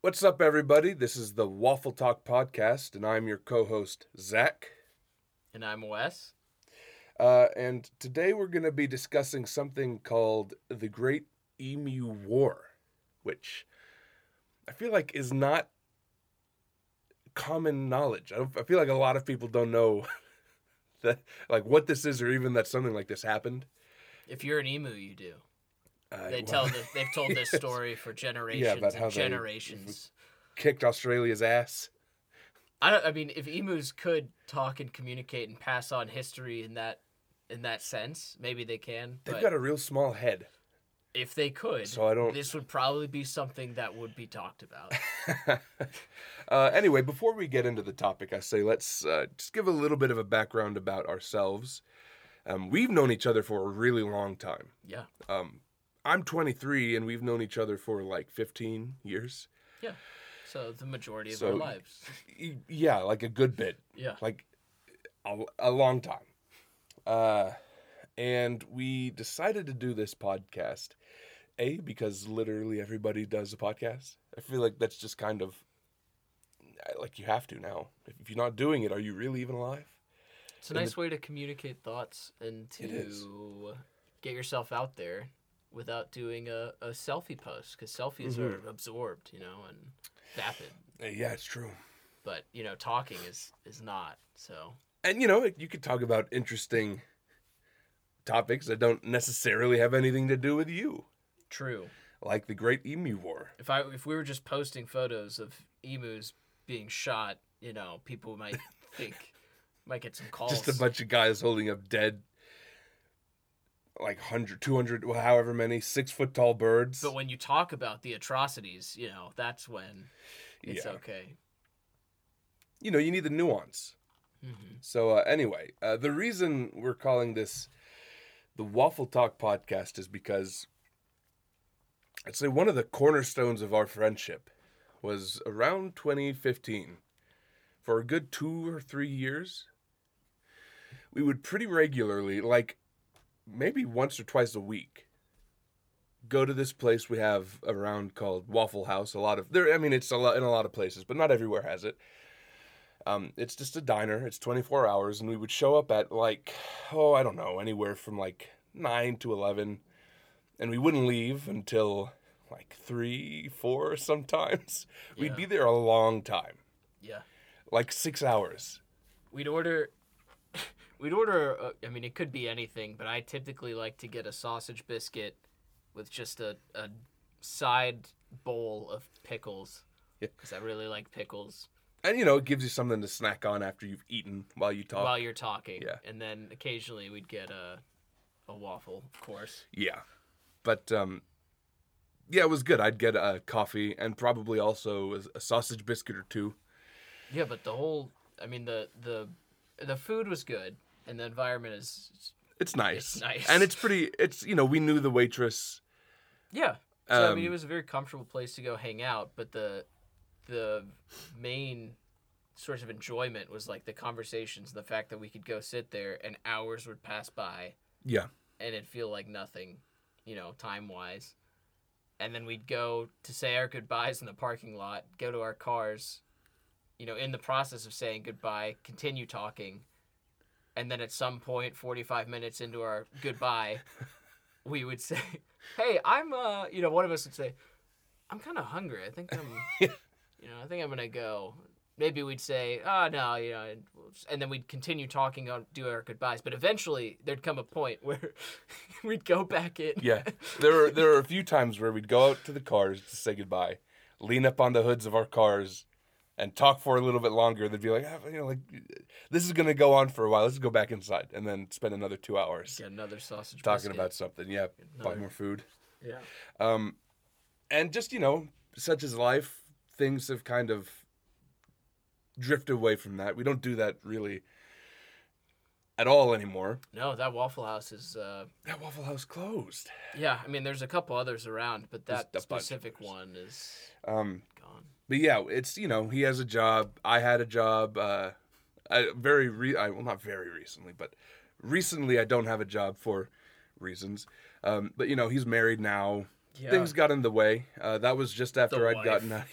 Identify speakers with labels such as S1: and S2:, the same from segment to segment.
S1: What's up, everybody? This is the Waffle Talk Podcast, and I'm your co host, Zach.
S2: And I'm Wes.
S1: Uh, and today we're going to be discussing something called the Great Emu War, which I feel like is not common knowledge. I, don't- I feel like a lot of people don't know that, like what this is or even that something like this happened.
S2: If you're an emu, you do.
S1: Uh,
S2: They
S1: well,
S2: tell the, they've told this
S1: Yes.
S2: story for generations
S1: about how
S2: and
S1: they-
S2: generations.
S1: kicked Australia's ass.
S2: I don't. I mean, if emus could talk and communicate and pass on history in that in that sense, maybe they can.
S1: They've
S2: but
S1: got a real small head.
S2: if they could,
S1: So I don't-
S2: This would probably be something that would be talked about.
S1: uh, anyway, before we get into the topic, I say let's uh, just give a little bit of a background about ourselves. Um, we've known each other for a really long time.
S2: yeah.
S1: Um, I'm 23, and we've known each other for like 15 years.
S2: So the majority of
S1: So-
S2: our lives.
S1: Y- Yeah, like a good bit,
S2: Yeah.
S1: like a, a long time. Uh, and we decided to do this podcast, A, because literally everybody does a podcast. I feel like that's just kind of like you have to now. If you're not doing it, are you really even alive?
S2: It's a
S1: and
S2: nice way to communicate thoughts and
S1: It is.
S2: to get yourself out there without doing a, a selfie post because selfies are absorbed, you know, and vapid.
S1: Uh, Yeah, it's true.
S2: But, you know, talking is, is not. So,
S1: And you know, you could talk about interesting topics that don't necessarily have anything to do with you,
S2: true.
S1: like the Great Emu War.
S2: If, I, if we were just posting photos of emus being shot, you know, people might think, might get some calls.
S1: just a bunch of guys holding up dead like 100 200 well, however many six foot tall birds
S2: But when you talk about the atrocities, you know, that's when it's
S1: yeah
S2: okay.
S1: you know you need the nuance
S2: hmm
S1: so uh, anyway uh, the reason we're calling this the waffle talk podcast is because i'd say one of the cornerstones of our friendship was around 2015 for a good two or three years we would pretty regularly like maybe once or twice a week go to this place we have around called waffle house a lot of there i mean it's a lot in a lot of places but not everywhere has it um, it's just a diner it's 24 hours and we would show up at like oh i don't know anywhere from like 9 to 11 and we wouldn't leave until like 3 4 sometimes
S2: Yeah.
S1: we'd be there a long time
S2: Yeah.
S1: like six hours
S2: we'd order we'd order uh, i mean it could be anything but i typically like to get a sausage biscuit with just a, a side bowl of pickles
S1: Yeah.
S2: because i really like pickles
S1: and you know it gives you something to snack on after you've eaten while you talk
S2: while you're talking
S1: Oh. yeah.
S2: and then occasionally we'd get a, a waffle of course
S1: yeah but um yeah it was good i'd get a coffee and probably also a- a sausage biscuit or two
S2: yeah but the whole i mean the the the food was good and the environment is
S1: it's nice
S2: It's nice.
S1: and it's pretty it's you know we knew the waitress
S2: Yeah. So I
S1: Um,
S2: mean, it was a very comfortable place to go hang out, but the the main source of enjoyment was like the conversations, the fact that we could go sit there and hours would pass by
S1: yeah
S2: and it'd feel like nothing, you know, time wise. And then we'd go to say our goodbyes in the parking lot, go to our cars, you know, in the process of saying goodbye, continue talking. And then at some point, 45 minutes into our goodbye, we would say, Hey, I'm, uh, you know, one of us would say, I'm kind of hungry. I think I'm, you know, I think I'm going to go. Maybe we'd say, Oh, no, you know, and, we'll just- and then we'd continue talking, on, do our goodbyes. But eventually, there'd come a point where we'd go back in.
S1: yeah there were there were a few times where we'd go out to the cars to say goodbye lean up on the hoods of our cars and talk for a little bit longer they'd be like ah, you know like this is gonna go on for a while let's go back inside and then spend another two hours
S2: Get another sausage.
S1: talking
S2: biscuit.
S1: about something yeah buy
S2: Another-
S1: more food
S2: Yeah.
S1: Um, and just, you know, such as life, things have kind of drifted away from that. We don't do that really at all anymore.
S2: No, that Waffle House is. Uh,
S1: That Waffle House closed.
S2: yeah, I mean, there's a couple others around, but
S1: There's
S2: that
S1: a bunch of
S2: specific
S1: others.
S2: one is
S1: Um,
S2: gone.
S1: but yeah, it's, you know, he has a job. I had a job. Uh, I, very, re- I, well, not very recently, but recently I don't have a job for reasons. Um, but, you know, he's married now.
S2: Yeah.
S1: Things got in the way. Uh, that was just after I'd
S2: wife.
S1: gotten out.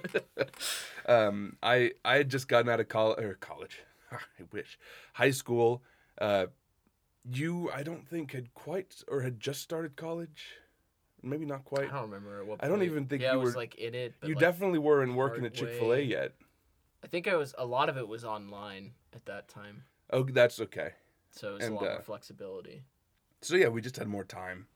S1: um, I I had just gotten out of college or college. I wish high school. Uh, you I don't think had quite or had just started college. Maybe not
S2: I
S1: quite.
S2: don't remember at what.
S1: I don't
S2: point.
S1: even think
S2: yeah,
S1: you
S2: I was
S1: were-
S2: like in it. But
S1: You
S2: like,
S1: definitely weren't working at
S2: part
S1: Chick Fil A
S2: way.
S1: yet.
S2: I think I was. A lot of it was online at that time,
S1: Oh, that's okay.
S2: so it was
S1: And,
S2: a lot
S1: uh,
S2: more flexibility.
S1: So yeah, we just had more time.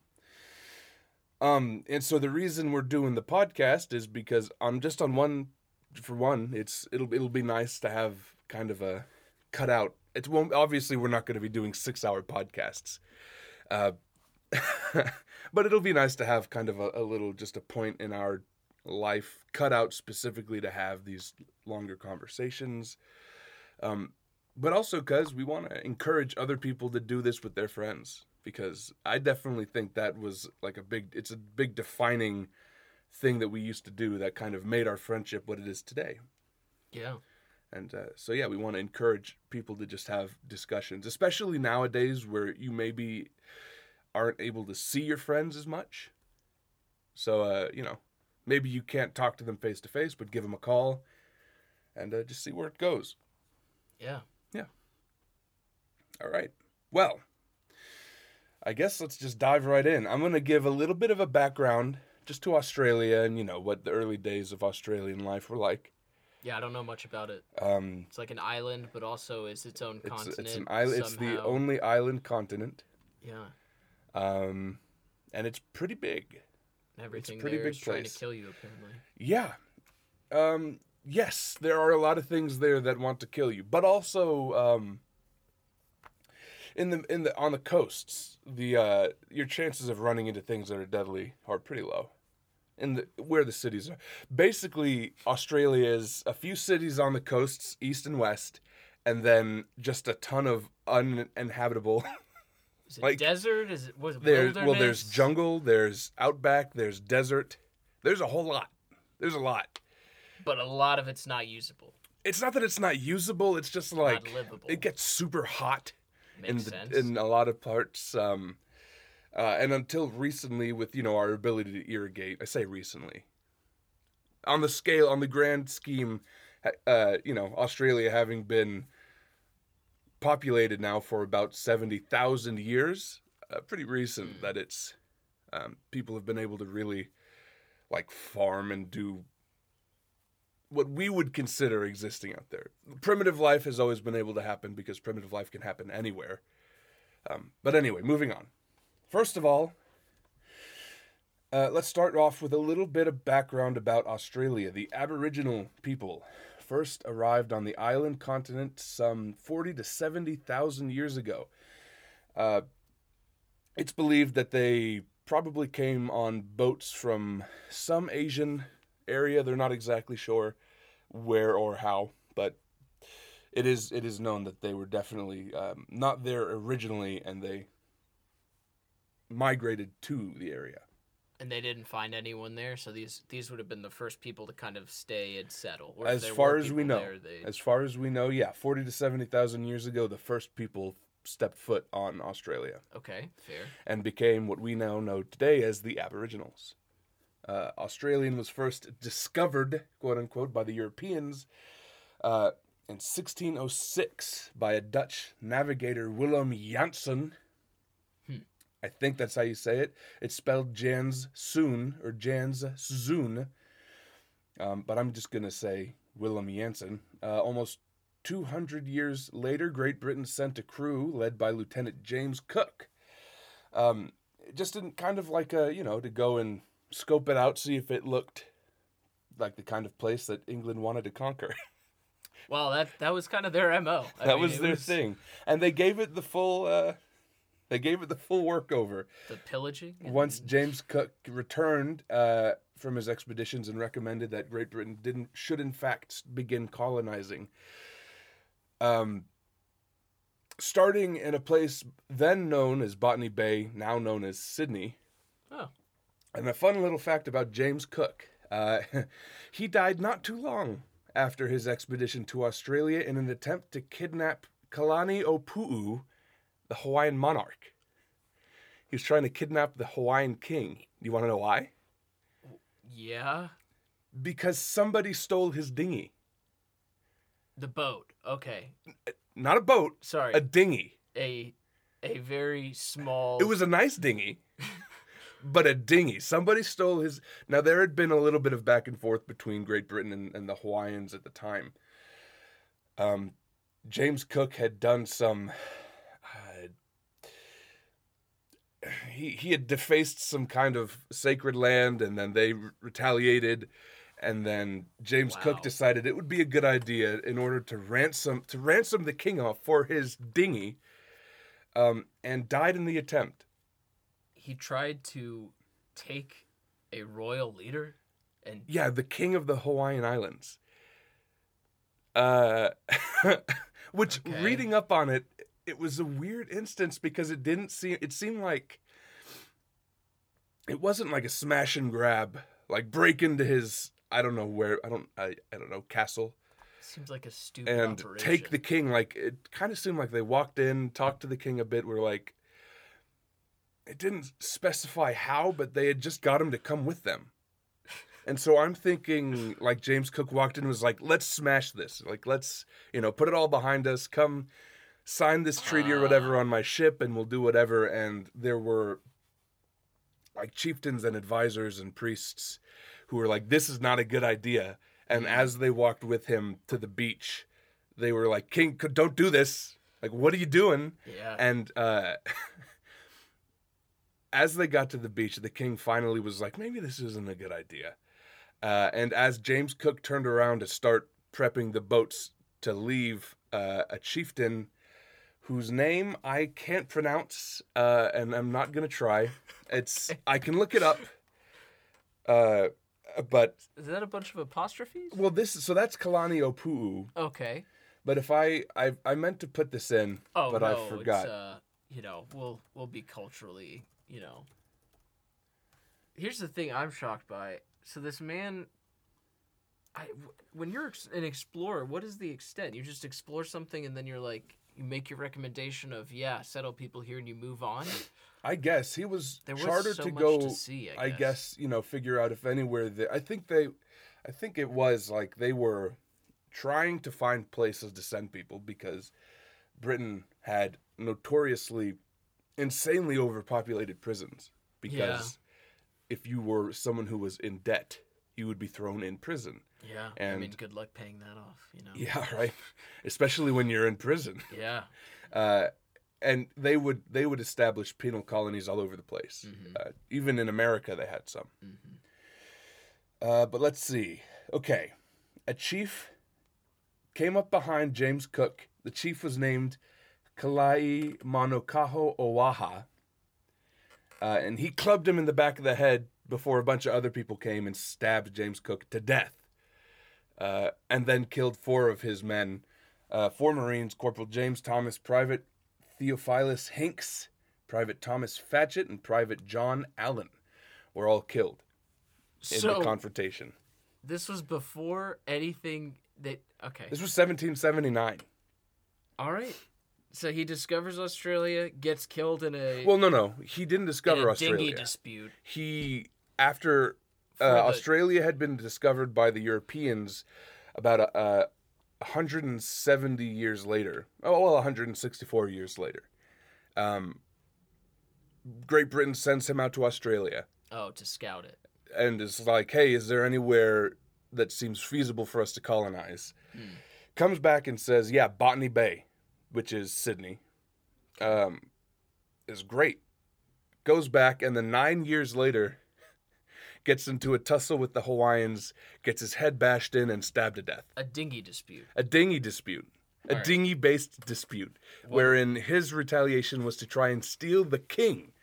S1: Um, and so the reason we're doing the podcast is because I'm just on one. For one, it's it'll it'll be nice to have kind of a cutout. It won't obviously we're not going to be doing six hour podcasts, uh, but it'll be nice to have kind of a, a little just a point in our life cut out specifically to have these longer conversations. Um, but also because we want to encourage other people to do this with their friends because i definitely think that was like a big it's a big defining thing that we used to do that kind of made our friendship what it is today
S2: Yeah.
S1: and uh, so yeah we want to encourage people to just have discussions especially nowadays where you maybe aren't able to see your friends as much so uh, you know maybe you can't talk to them face to face but give them a call and uh, just see where it goes
S2: Yeah.
S1: All right. Well, I guess let's just dive right in. I'm going to give a little bit of a background just to Australia and, you know, what the early days of Australian life were like.
S2: Yeah. I don't know much about it.
S1: Um,
S2: It's like an island, but also is its own
S1: it's,
S2: continent.
S1: it's, an island, it's the
S2: somehow.
S1: only island continent,
S2: Yeah.
S1: um, and it's pretty big.
S2: And everything
S1: pretty
S2: there
S1: big
S2: is trying
S1: place.
S2: to kill you, apparently.
S1: Yeah. Um, yes, there are a lot of things there that want to kill you, but also um, in the in the on the coasts, the uh, your chances of running into things that are deadly are pretty low. In the where the cities are, basically Australia is a few cities on the coasts, east and west, and then just a ton of uninhabitable
S2: Is it
S1: Like,
S2: desert? Is it was it
S1: there
S2: wilderness?
S1: well there's jungle there's outback there's desert there's a whole lot there's a lot
S2: but a lot of it's not usable.
S1: it's not that it's not usable it's just like
S2: livable.
S1: it gets super hot
S2: Makes
S1: in,
S2: sense.
S1: the, in a lot of parts um, uh, and until recently with you know our ability to irrigate i say recently on the scale on the grand scheme ha- uh, you know australia having been populated now for about 70,000 years uh, pretty
S2: Hmm.
S1: recent that it's um, people have been able to really like farm and do what we would consider existing out there. Primitive life has always been able to happen because primitive life can happen anywhere. Um, but anyway, moving on. First of all, uh, let's start off with a little bit of background about Australia. The Aboriginal people first arrived on the island continent some 40 to 70,000 years ago. Uh, it's believed that they probably came on boats from some Asian area. They're not exactly sure where or how, but it is it is known that they were definitely um, not there originally, and they migrated to the area.
S2: and they didn't find anyone there, so these these would have been the first people to kind of stay and settle. Or if
S1: As
S2: there were
S1: far as we
S2: people
S1: know,
S2: there, they-
S1: as far as we know, yeah, forty to seventy thousand years ago, the first people stepped foot on Australia.
S2: okay, fair.
S1: and became what we now know today as the Aboriginals. Uh, Australian was first discovered, quote unquote, by the Europeans uh, in 1606 by a Dutch navigator, Willem Janssen.
S2: Hmm.
S1: I think that's how you say it. It's spelled Jans Soon or Jans Soon, um, but I'm just gonna say Willem Janssen. Uh, almost 200 years later, Great Britain sent a crew led by Lieutenant James Cook um, just in kind of like a you know to go and scope it out, see if it looked like the kind of place that England wanted to conquer.
S2: Well, that that was kind of their mo. I
S1: that
S2: mean,
S1: was
S2: it
S1: their thing, and they gave it the full. Uh, they gave it the full workover
S2: The pillaging. and
S1: once James Cook returned uh, from his expeditions and recommended that Great Britain didn't should in fact begin colonizing. Um, starting in a place then known as Botany Bay, now known as Sydney.
S2: Oh.
S1: And a fun little fact about James Cook: uh, he died not too long after his expedition to Australia in an attempt to kidnap Kalani Opu'u, the Hawaiian monarch. He was trying to kidnap the Hawaiian king. You want to know why?
S2: yeah.
S1: because somebody stole his dinghy.
S2: The boat. Okay.
S1: Not a boat,
S2: Sorry.
S1: a dinghy.
S2: a a very small.
S1: It was a nice dinghy, but a dinghy. Somebody stole his. Now, there had been a little bit of back and forth between Great Britain and, and the Hawaiians at the time. Um, James Cook had done some. Uh, he, he had defaced some kind of sacred land, and then they re- retaliated. And then James
S2: Wow.
S1: Cook decided it would be a good idea in order to ransom to ransom the king off for his dinghy, um, and died in the attempt.
S2: He tried to take a royal leader, and
S1: Yeah, the king of the Hawaiian Islands. Uh, which
S2: Okay.
S1: reading up on it, it was a weird instance because it didn't seem it seemed like it wasn't like a smash and grab, like break into his I don't know where I don't I, I don't know castle
S2: seems like a stupid
S1: and
S2: operation.
S1: take the king. Like it kind of seemed like they walked in, talked to the king a bit. Were like, it didn't specify how, but they had just got him to come with them. And so I'm thinking, like James Cook walked in and was like, let's smash this. Like let's you know put it all behind us. Come sign this treaty or whatever on my ship, and we'll do whatever. And there were like chieftains and advisors and priests who were like, this is not a good idea. And as they walked with him to the beach, they were like, King, c- don't do this. Like, what are you doing?
S2: yeah.
S1: And uh, as they got to the beach, the king finally was like, maybe this isn't a good idea. Uh, and as James Cook turned around to start prepping the boats to leave, uh, a chieftain whose name I can't pronounce uh, and I'm not going to try. It's I can look it up. Uh, but
S2: Is that a bunch of apostrophes?
S1: well this is- so that's Kalani Opuu,
S2: Okay.
S1: but if I I, I meant to put this in
S2: Oh
S1: but
S2: no,
S1: I forgot.
S2: It's, uh, you know, we'll we'll be culturally, you know. Here's the thing I'm shocked by. So this man, I w- when you're ex- an explorer, what is the extent? You just explore something and then you're like, you make your recommendation of yeah, settle people here and you move on.
S1: I guess he was
S2: There was
S1: chartered
S2: so
S1: to
S2: much
S1: go
S2: to see. I
S1: I
S2: guess.
S1: guess you know figure out if anywhere that I think they I think it was like they were trying to find places to send people because Britain had notoriously insanely overpopulated prisons because if you were someone who was in debt you would be thrown in prison.
S2: Yeah. I
S1: and-
S2: mean, good luck paying that off. You know.
S1: Yeah, right. Especially when you're in prison.
S2: Yeah.
S1: Uh, and they would they would establish penal colonies all over the place.
S2: Mhm.
S1: Uh, even in America they had some.
S2: Mhm.
S1: Uh, but let's see. Okay. A chief came up behind James Cook. The chief was named Kalai Manokaho Oaha. Uh, and he clubbed him in the back of the head before a bunch of other people came and stabbed James Cook to death. Uh, and then killed four of his men uh, four Marines Corporal James Thomas, Private Theophilus Hinks, Private Thomas Fatchett, and Private John Allen were all killed in
S2: So
S1: the confrontation.
S2: this was before anything that. Okay.
S1: This was 1779.
S2: All right. So he discovers Australia, gets killed in a,
S1: Well, no, no, he didn't
S2: in
S1: discover
S2: a
S1: Australia.
S2: dinghy dispute.
S1: he after uh,
S2: For the-
S1: Australia had been discovered by the Europeans about a, a 170 years later. Oh, well, 164 years later. Um, Great Britain sends him out to Australia
S2: Oh, to scout it.
S1: and is like, "Hey, is there anywhere that seems feasible for us to colonize?"
S2: Hmm.
S1: Comes back and says, "Yeah, Botany Bay, which is Sydney, um, is great." Goes back and then nine years later, gets into a tussle with the Hawaiians, gets his head bashed in and stabbed to death.
S2: A dinghy dispute.
S1: A dinghy dispute. A
S2: All right.
S1: dinghy based dispute,
S2: Well-
S1: wherein his retaliation was to try and steal the king.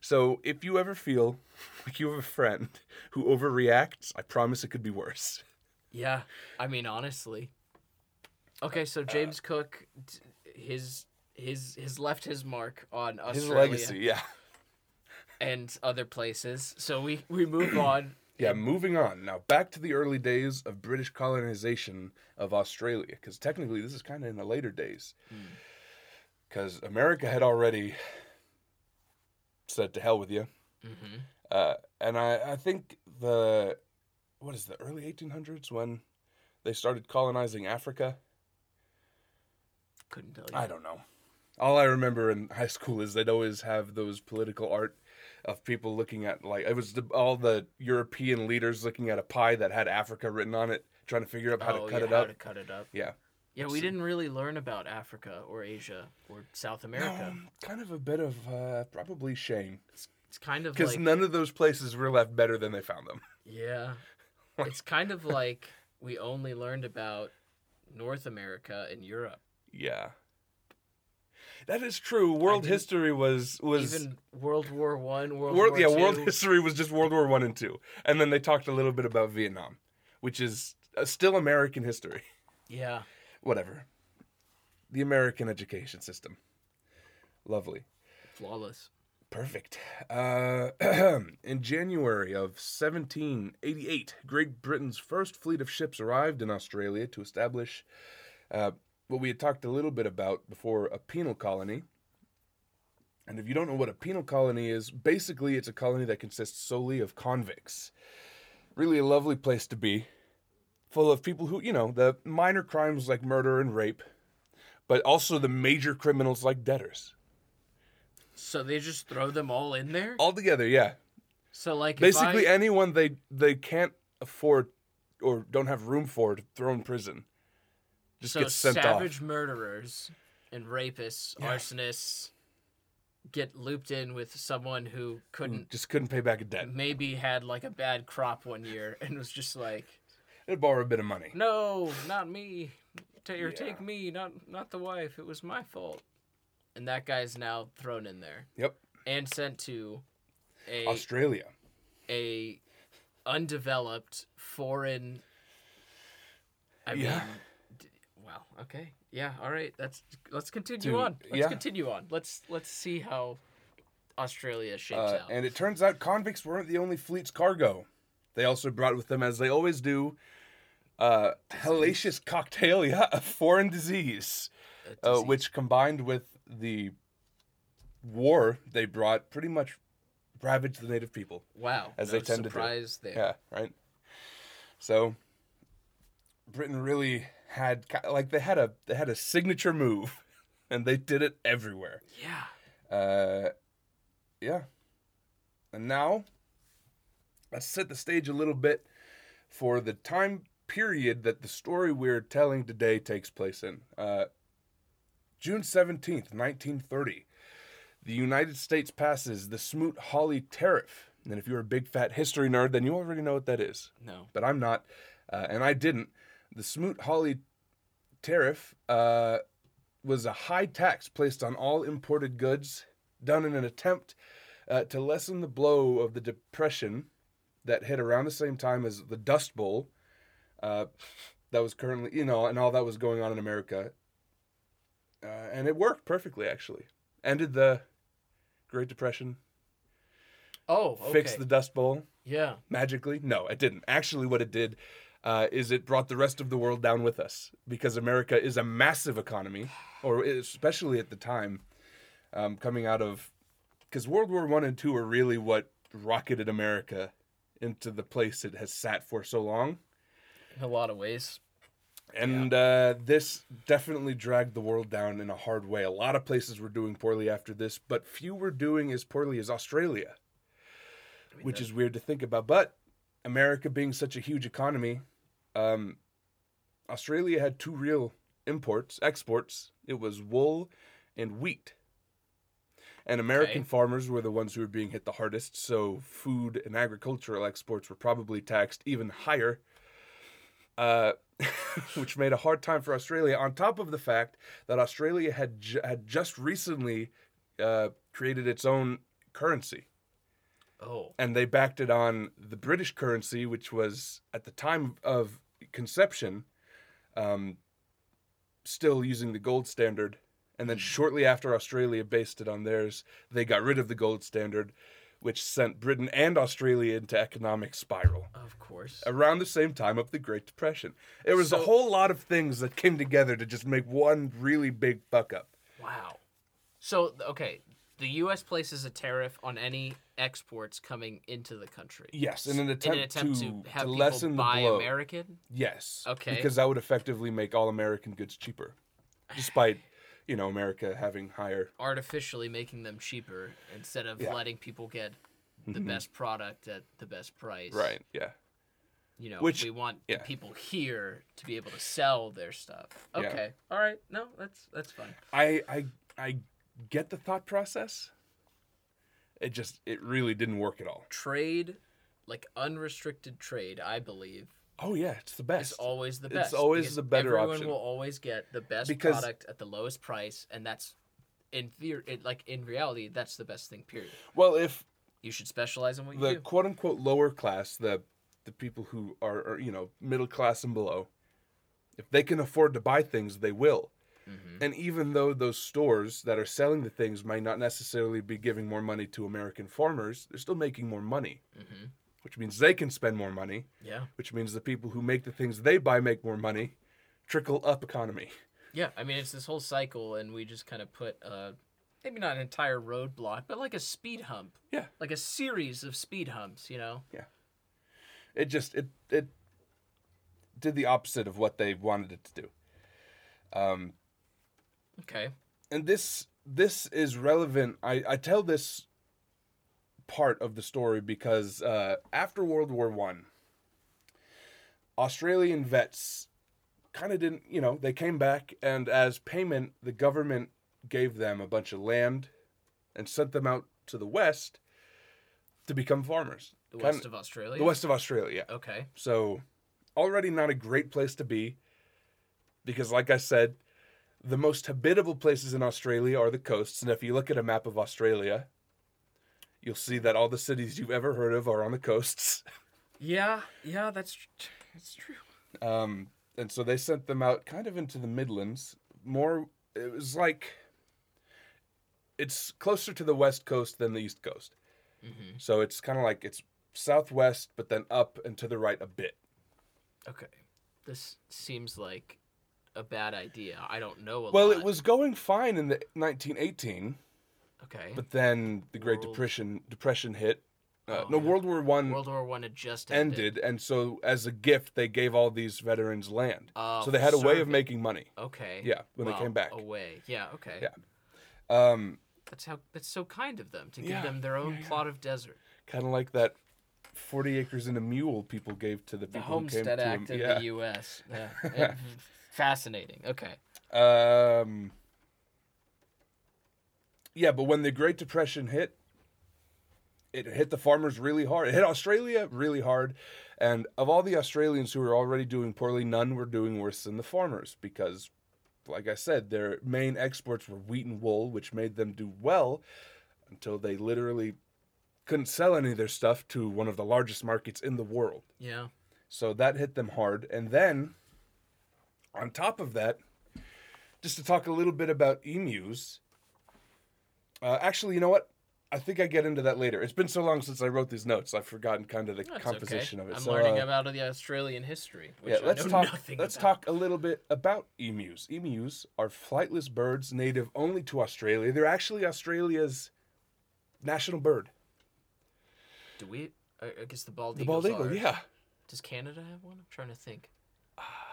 S1: So if you ever feel like you have a friend who overreacts, I promise it could be worse.
S2: Yeah. I mean, honestly. Okay,
S1: Uh,
S2: so James Cook, d- his his has left his mark on Australia
S1: His legacy, yeah.
S2: and other places. So we we move on.
S1: Yeah, moving on. Now back to the early days of British colonization of Australia, because technically this is kind of in the later days.
S2: Hmm.
S1: Because America had already said to hell with you.
S2: Mm-hmm.
S1: Uh, and I, I think the, what is the early 1800s when they started colonizing Africa?
S2: Couldn't tell you.
S1: I don't know. All I remember in high school is they'd always have those political art of people looking at like it was the, all the European leaders looking at a pie that had Africa written on it, trying to figure out how
S2: Oh,
S1: to cut
S2: yeah,
S1: it
S2: how
S1: up.
S2: to cut it up.
S1: Yeah.
S2: Yeah, we
S1: So-
S2: didn't really learn about Africa or Asia or South America.
S1: Um, kind of a bit of uh, probably shame
S2: It's, it's kind of
S1: because
S2: like
S1: none of those places were left better than they found them.
S2: yeah, it's kind of like we only learned about North America and Europe.
S1: Yeah. That is true. World
S2: didn't-
S1: history was was
S2: Even World War One, World,
S1: World,
S2: War
S1: yeah,
S2: Two.
S1: world history was just World War One and Two, and then they talked a little bit about Vietnam, which is uh, still American history.
S2: Yeah,
S1: Whatever. The American education system. Lovely,
S2: flawless.
S1: perfect. Uh, in January of 1788, Great Britain's first fleet of ships arrived in Australia to establish uh, what we had talked a little bit about before a penal colony. And if you don't know what a penal colony is, basically it's a colony that consists solely of convicts. Really a lovely place to be, full of people who, you know, the minor crimes like murder and rape, but also the major criminals like debtors.
S2: So they just throw them all in there.
S1: All together, yeah.
S2: So like
S1: Basically
S2: if I,
S1: anyone they they can't afford or don't have room for to throw in prison. Just
S2: so
S1: gets sent
S2: savage
S1: off.
S2: murderers and rapists,
S1: Yeah.
S2: arsonists get looped in with someone who couldn't
S1: Just couldn't pay back a debt.
S2: maybe had like a bad crop one year and was just like,
S1: They'd borrow a bit of money.
S2: "No, not me. Ta- or take
S1: Yeah.
S2: me, not not the wife. It was my fault." And that guy's now thrown in there
S1: Yep.
S2: and sent to a
S1: Australia.
S2: a undeveloped foreign I
S1: Yeah.
S2: mean d- wow, okay. Yeah, all right. That's let's continue
S1: To-
S2: on. Let's
S1: yeah.
S2: continue on. Let's let's see how Australia shapes
S1: Uh,
S2: out.
S1: and it turns out convicts weren't the only fleet's cargo. They also brought with them, as they always do, uh, hellacious cocktail, yeah, a foreign disease,
S2: It's
S1: uh,
S2: easy.
S1: which combined with the war they brought, pretty much ravaged the native people.
S2: wow.
S1: as
S2: no
S1: they tend to do.
S2: surprise there.
S1: Yeah, right. So Britain really had ki- like they had a they had a signature move, and they did it everywhere.
S2: Yeah.
S1: Uh, yeah. And now, let's set the stage a little bit for the time period that the story we're telling today takes place in. Uh, June 17th, 1930, the United States passes the Smoot Hawley Tariff. And if you're a big fat history nerd, then you already know what that is
S2: No.
S1: but I'm not, uh, and I didn't. The Smoot Hawley tariff uh, was a high tax placed on all imported goods, done in an attempt uh, to lessen the blow of the depression that hit around the same time as the Dust Bowl. Uh, that was currently, you know, and all that was going on in America. Uh, and it worked perfectly, actually. Ended the Great Depression,
S2: Oh, okay.
S1: fixed the Dust Bowl
S2: yeah.
S1: magically? No, it didn't. Actually, what it did uh, is it brought the rest of the world down with us because America is a massive economy, or especially at the time, um, coming out of because World War One and Two are really what rocketed America into the place it has sat for so long,
S2: In a lot of ways.
S1: and uh, this definitely dragged the world down in a hard way. A lot of places were doing poorly after this, but few were doing as poorly as Australia
S2: I mean,
S1: which
S2: that-
S1: is weird to think about. But America being such a huge economy, um, Australia had two real imports, exports. It was wool and wheat. And American
S2: Okay.
S1: farmers were the ones who were being hit the hardest, so food and agricultural exports were probably taxed even higher, uh, which made a hard time for Australia. On top of the fact that Australia had ju- had just recently uh, created its own currency,
S2: oh,
S1: and they backed it on the British currency, which was at the time of conception, um, still using the gold standard. And then shortly after Australia based it on theirs, they got rid of the gold standard, which sent Britain and Australia into economic spiral
S2: of course.
S1: around the same time of the Great Depression. It was a
S2: So-
S1: whole lot of things that came together to just make one really big fuck up.
S2: Wow. So, okay, the U.S. places a tariff on any exports coming into the country.
S1: Yes, in an attempt,
S2: in an attempt to,
S1: to,
S2: have people
S1: lessen the
S2: buy
S1: blow.
S2: American.
S1: Yes.
S2: Okay.
S1: Because that would effectively make all American goods cheaper, despite you know America having higher.
S2: artificially making them cheaper instead of
S1: Yeah. Mm-hmm.
S2: letting people get the best product at the best price.
S1: Right. Yeah.
S2: You know,
S1: Which-
S2: we want
S1: yeah.
S2: the people here to be able to sell their stuff.
S1: Yeah.
S2: Okay. All right. No, that's that's fine.
S1: I I I get the thought process. It just it really didn't work at all.
S2: Trade, like unrestricted trade, I believe,
S1: Oh yeah, it's the best.
S2: is always the
S1: It's
S2: best.
S1: always
S2: because
S1: the better
S2: everyone
S1: option.
S2: will always get the best
S1: Because-
S2: product at the lowest price, and that's in theory, it, like in reality, that's the best thing. Period.
S1: well, if
S2: You should specialize in what you
S1: the
S2: do.
S1: quote unquote lower class, the the people who are, are you know middle class and below, if they can afford to buy things, they will.
S2: Mhm.
S1: And even though those stores that are selling the things might not necessarily be giving more money to American farmers, they're still making more money,
S2: hmm
S1: which means they can spend more money,
S2: Yeah.
S1: which means the people who make the things they buy make more money, trickle up economy.
S2: Yeah, I mean it's this whole cycle, and we just kind of put uh, maybe not an entire roadblock, but like a speed hump.
S1: Yeah.
S2: Like a series of speed humps, you know.
S1: It just it it did the opposite of what they wanted it to do. Um,
S2: Okay.
S1: and this this is relevant. I, I tell this part of the story because uh, after World War One, Australian vets kind of didn't you know they came back and as payment the government gave them a bunch of land and sent them out to the west to become farmers.
S2: The
S1: Kinda-
S2: west of Australia.
S1: the west of Australia.
S2: Okay.
S1: So, already not a great place to be because, like I said, the most habitable places in Australia are the coasts. And if you look at a map of Australia, you'll see that all the cities you've ever heard of are on the coasts.
S2: Yeah. Yeah. That's tr- that's true.
S1: Um, and so they sent them out kind of into the Midlands. More, it was like it's closer to the West Coast than the East Coast.
S2: hmm
S1: So it's kind of like it's southwest, but then up and to the right a bit.
S2: Okay. This seems like a bad idea. I don't know a
S1: Well,
S2: lot.
S1: it was going fine in the 1918.
S2: okay.
S1: But then the Great
S2: World-
S1: Depression Depression hit. Uh,
S2: Oh,
S1: no,
S2: yeah.
S1: World War One
S2: World War One had just ended.
S1: ended, and so as a gift, they gave all these veterans land.
S2: Oh,
S1: so they had a way of
S2: serving.
S1: making money.
S2: Okay.
S1: Yeah, when
S2: Wow, Oh,
S1: they came back.
S2: Away. Yeah. Okay.
S1: Yeah. Um,
S2: That's how. That's so kind of them to give
S1: Yeah,
S2: them their own
S1: yeah, yeah.
S2: plot of desert.
S1: kind of like that forty acres and a mule people gave to the
S2: the
S1: people who came
S2: Homestead
S1: to
S2: Act
S1: them.
S2: in
S1: Yeah.
S2: the U.S. Yeah. Fascinating. Okay.
S1: Um, yeah, but when the Great Depression hit, it hit the farmers really hard. It hit Australia really hard. And of all the Australians who were already doing poorly, none were doing worse than the farmers because, like I said, their main exports were wheat and wool, which made them do well until they literally couldn't sell any of their stuff to one of the largest markets in the world.
S2: Yeah.
S1: So that hit them hard. And then, on top of that, just to talk a little bit about emus. Uh, actually, you know what? I think I get into that later. It's been so long since I wrote these notes, I've forgotten kind of the
S2: That's
S1: composition
S2: okay.
S1: of it.
S2: I'm
S1: so,
S2: learning
S1: uh,
S2: about the Australian history, which
S1: yeah, let's
S2: I know
S1: talk.
S2: nothing
S1: Let's
S2: about.
S1: talk a little bit about emus. Emus are flightless birds native only to Australia. They're actually Australia's national bird.
S2: Do we? I I guess the bald
S1: The
S2: eagles
S1: bald eagle.
S2: are.
S1: Yeah. Uh,
S2: Does Canada have one? I'm trying to think.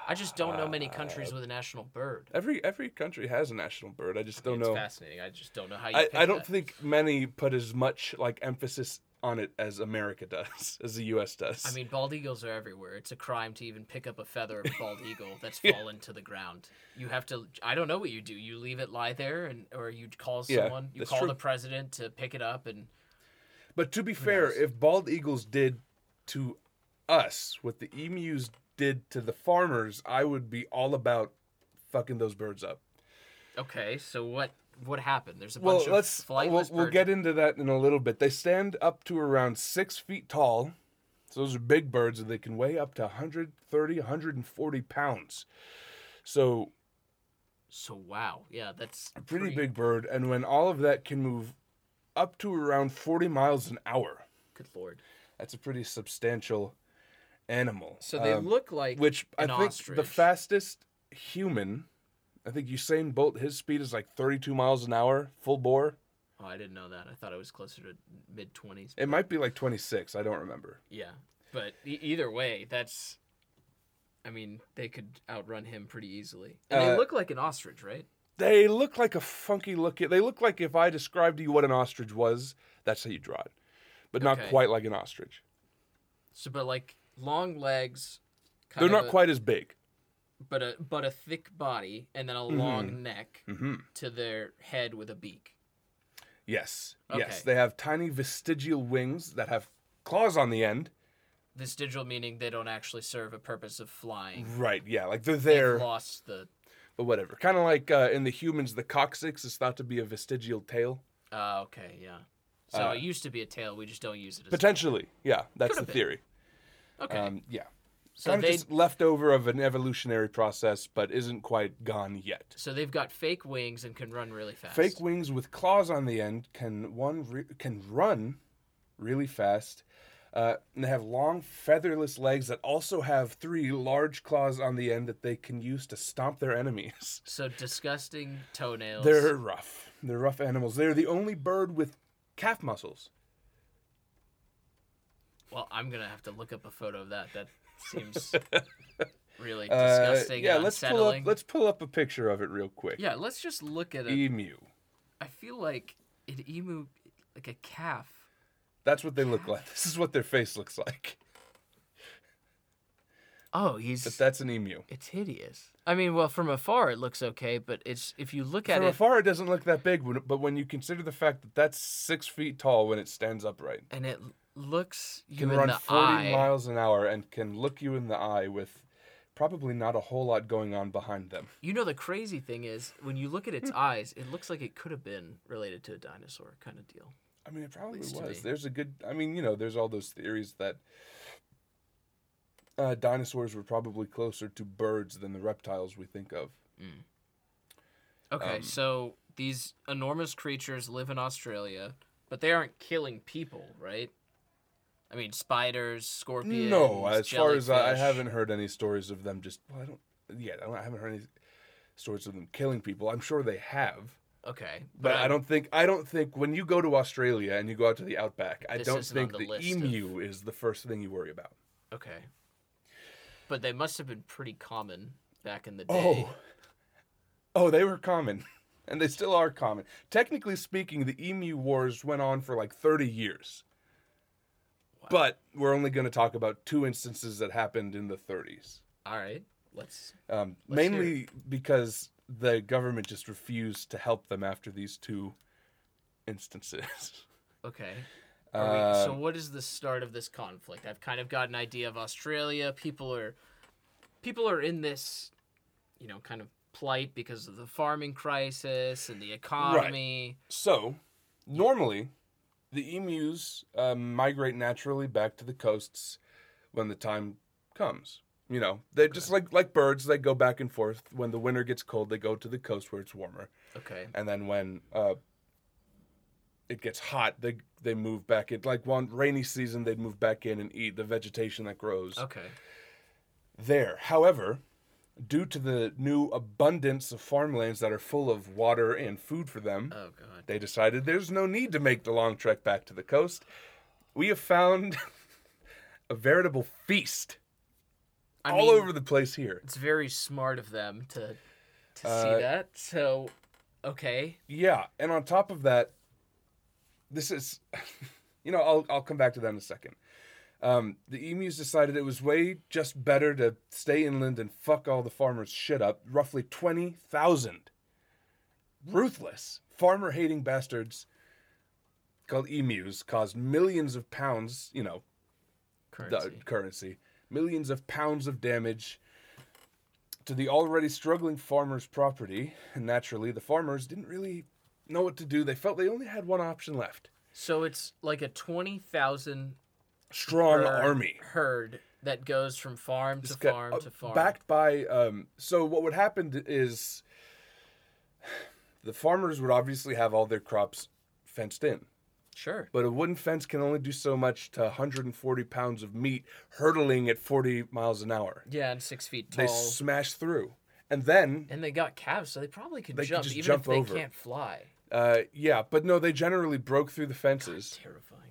S2: I just don't know many countries with a national bird.
S1: Every every country has a national bird. I just don't
S2: it's
S1: know.
S2: fascinating. I just don't know how you.
S1: I,
S2: pick
S1: I don't
S2: that.
S1: think many put as much like emphasis on it as America does, as the U.S. does.
S2: I mean, bald eagles are everywhere. It's a crime to even pick up a feather of a bald eagle that's fallen to the ground. You have to. I don't know what you do. You leave it lie there, and or you call
S1: Yeah,
S2: someone. you
S1: that's
S2: call
S1: true.
S2: the president to pick it up, and
S1: but to be fair,
S2: knows?
S1: if bald eagles did to us what the emus did to the farmers, I would be all about fucking those birds up.
S2: Okay, so what what happened? There's a
S1: Well,
S2: bunch
S1: let's
S2: of flightless
S1: we'll, we'll
S2: birds.
S1: get into that in a little bit. They stand up to around six feet tall. So those are big birds, and they can weigh up to 130, 140 pounds. So
S2: So wow, yeah, that's
S1: pretty big bird, and when all of that can move up to around 40 miles an hour,
S2: Good lord.
S1: that's a pretty substantial animal.
S2: So they
S1: Um,
S2: look like
S1: which I
S2: an
S1: think the
S2: ostrich.
S1: fastest human, I think Usain Bolt, his speed is like 32 miles an hour, full bore.
S2: Oh, I didn't know that. I thought it was closer to mid twenties.
S1: It might be like 26. I don't remember.
S2: Yeah, but e- either way, that's. I mean, they could outrun him pretty easily, and
S1: Uh,
S2: they look like an ostrich, right?
S1: They look like a funky look. They look like if I described to you what an ostrich was, that's how you draw it, but not
S2: Okay.
S1: quite like an ostrich.
S2: So, but like long legs. Kind
S1: They're
S2: of
S1: not
S2: a-
S1: quite as big.
S2: but a but a thick body and then a
S1: Mm-hmm.
S2: long neck to their head with a beak.
S1: Yes. Yes.
S2: Okay.
S1: They have tiny vestigial wings that have claws on the end.
S2: Vestigial meaning they don't actually serve a purpose of flying.
S1: Right. Yeah. Like they're
S2: They've
S1: there,
S2: lost the.
S1: but whatever. Kind of like uh, in the humans, the coccyx is thought to be a vestigial tail.
S2: Uh, okay, yeah. So
S1: Uh,
S2: it used to be a tail. We just don't use it as.
S1: Potentially. Yeah. That's the
S2: Could've been.
S1: theory.
S2: okay,
S1: Um, yeah.
S2: so
S1: kind
S2: they
S1: of just leftover of an evolutionary process, but isn't quite gone yet.
S2: so they've got fake wings and can run really fast.
S1: Fake wings with claws on the end can one re- can run really fast. Uh, and they have long featherless legs that also have three large claws on the end that they can use to stomp their enemies.
S2: So disgusting toenails.
S1: They're rough. They're rough animals. They're the only bird with calf muscles.
S2: Well, I'm gonna have to look up a photo of that. That seems really
S1: Uh,
S2: disgusting.
S1: yeah,
S2: and
S1: let's pull
S2: unsettling.
S1: up. Let's pull up a picture of it real quick.
S2: yeah, let's just look at it.
S1: Emu.
S2: I feel like an emu, like a calf.
S1: That's what they look like. This is what their face looks like.
S2: Oh, he's
S1: But that's an emu.
S2: it's hideous. I mean, well, from afar it looks okay, but it's if you look at
S1: From
S2: it
S1: afar, it doesn't look that big, when- but when you consider the fact that that's six feet tall when it stands upright,
S2: and it l- looks you
S1: can
S2: in
S1: run
S2: the
S1: 40
S2: eye.
S1: miles an hour and can look you in the eye with probably not a whole lot going on behind them.
S2: You know the crazy thing is when you look at
S1: Hmm.
S2: its eyes, it looks like it could have been related to a dinosaur kind of deal.
S1: I mean, it probably
S2: Least to
S1: was.
S2: me.
S1: There's a good. I mean, you know, there's all those theories that uh, dinosaurs were probably closer to birds than the reptiles we think of. Um,
S2: Okay, so these enormous creatures live in Australia, but they aren't killing people, right? I mean, spiders, scorpions.
S1: no, as far as I, I
S2: jellyfish.
S1: haven't heard any stories of them. Just well, I don't. Yeah, I, don't, I haven't heard any stories of them killing people. I'm sure they have.
S2: Okay,
S1: But I
S2: I'm-
S1: don't think I don't think when you go to Australia and you go out to the outback, I
S2: This
S1: don't
S2: isn't on
S1: think
S2: the
S1: the,
S2: list of-
S1: emu is the first thing you worry about.
S2: Okay. But they must have been pretty common back in the day.
S1: Oh, oh, they were common, and they still are common. Technically speaking, the emu wars went on for like thirty years, but we're only going to talk about two instances that happened in the thirties,
S2: All right. Let's.
S1: um,
S2: Let's hear
S1: mainly because the government just refused to help them after these two instances.
S2: Okay. Are we,
S1: Uh,
S2: so what is the start of this conflict? I've kind of got an idea of Australia. People are, people are in this, you know, kind of plight because of the farming crisis and the economy.
S1: So, normally, the emus uh, migrate naturally back to the coasts when the time comes. You know, they are just like like birds, they go back and forth. When the winter gets cold, they go to the coast where it's warmer,
S2: Okay.
S1: and then when uh, it gets hot, they they move back. It like one rainy season, they'd move back in and eat the vegetation that grows
S2: Okay.
S1: there. However, due to the new abundance of farmlands that are full of water and food for them,
S2: Oh God.
S1: they decided there's no need to make the long trek back to the coast. We have found a veritable feast
S2: I
S1: all
S2: mean,
S1: over the place here.
S2: It's very smart of them to, to
S1: Uh,
S2: see that. So, okay.
S1: Yeah, and on top of that, this is, you know, I'll I'll come back to that in a second. Um, the emus decided it was way just better to stay inland and fuck all the farmers' shit up. Roughly twenty thousand ruthless farmer-hating bastards called emus caused millions of pounds, you know,
S2: Currency.
S1: the currency, millions of pounds of damage to the already struggling farmers' property. And naturally, the farmers didn't really know what to do. They felt they only had one option left
S2: So it's like a twenty thousand
S1: strong
S2: herd-
S1: army.
S2: herd that goes from farm to
S1: This guy-
S2: farm
S1: uh,
S2: to farm.
S1: Backed by. Um, so, what would happen is the farmers would obviously have all their crops fenced in.
S2: Sure.
S1: But a wooden fence can only do so much to 140 pounds of meat hurtling at 40 miles an hour.
S2: Yeah, and six feet
S1: They
S2: tall.
S1: smash through. And then
S2: and they got calves, so they probably could
S1: They could
S2: jump,
S1: just
S2: even
S1: jump
S2: if they
S1: over.
S2: can't fly.
S1: Uh, yeah, but no, they generally broke through the fences.
S2: Terrifying.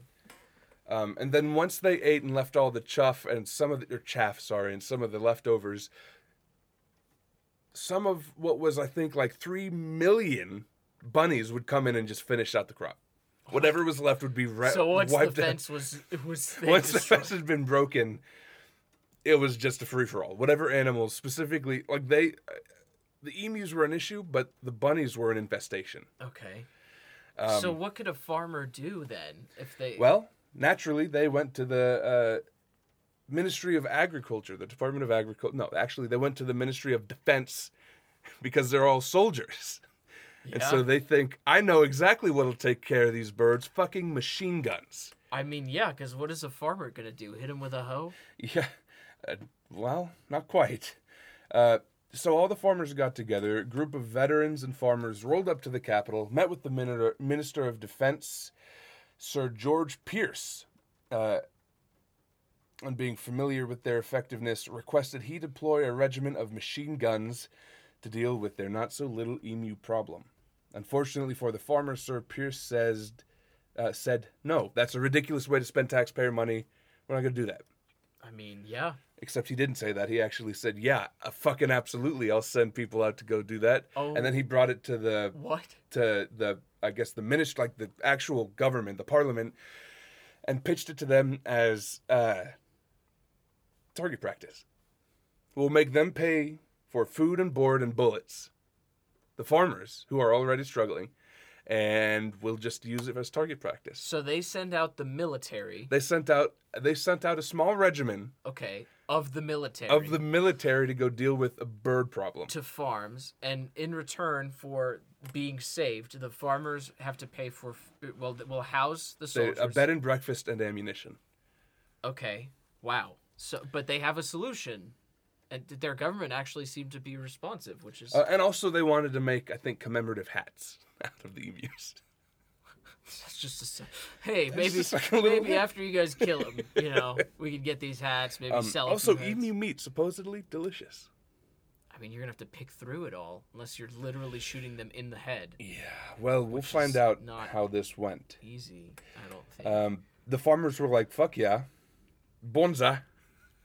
S1: Um, and then once they ate and left all the chuff and some of the or chaff, sorry, and some of the leftovers, some of what was I think like three million bunnies would come in and just finish out the crop. Whatever was left would be re-
S2: So once the
S1: wiped out.
S2: fence was was they
S1: once the
S2: destroyed-
S1: fence had been broken, it was just a free for all. Whatever animals, specifically, like they, uh, the emus were an issue, but the bunnies were an infestation.
S2: Okay. so what could a farmer do then if they
S1: Um, Well, naturally, they went to the uh, Ministry of Agriculture, the Department of Agriculture. No, actually, they went to the Ministry of Defense because they're all soldiers. And so
S2: Yeah.
S1: they think, I know exactly what'll take care of these birds fucking machine guns.
S2: I mean, yeah, because what is a farmer gonna do? Hit him with a hoe?
S1: Yeah. Uh, well, not quite. Uh, so all the farmers got together. A group of veterans and farmers rolled up to the capital, met with the Minister, Minister of Defense, Sir George Pierce, uh, and being familiar with their effectiveness, requested he deploy a regiment of machine guns to deal with their not so little emu problem. Unfortunately for the farmers, Sir Pierce says, uh, said, "No, that's a ridiculous way to spend taxpayer money. We're not going to do that."
S2: I mean, yeah.
S1: Except he didn't say that. He actually said, "Yeah, uh, fucking absolutely, I'll send people out to go do that."
S2: Oh.
S1: And then he brought it to the
S2: What?
S1: to the I guess the minister, like the actual government, the parliament, and pitched it to them as uh, target practice. We'll make them pay for food and board and bullets, the farmers who are already struggling, and we'll just use it as target practice.
S2: So they send out the military,
S1: They sent out they sent out a small regiment
S2: okay, of the military
S1: of the military to go deal with a bird problem.
S2: to farms, and in return for being saved, the farmers have to pay for f- well, th- will house the
S1: They-
S2: soldiers.
S1: a bed and breakfast and ammunition.
S2: Okay. Wow. So, but they have a solution, and th- their government actually seemed to be responsive, which is
S1: Uh, and also, they wanted to make, I think, commemorative hats out of the emus.
S2: that's just a. s- Hey, maybe
S1: just like a little
S2: maybe
S1: bit.
S2: after you guys kill them, you know, we can get these hats. Maybe
S1: Um,
S2: sell. 'em
S1: also,
S2: some hats.
S1: emu meat supposedly delicious.
S2: I mean, you're gonna have to pick through it all, unless you're literally shooting them in the head.
S1: Yeah. Well, we'll
S2: is
S1: find out
S2: not-
S1: how this went.
S2: Easy, I don't think.
S1: Um, the farmers were like, "Fuck yeah, bonza."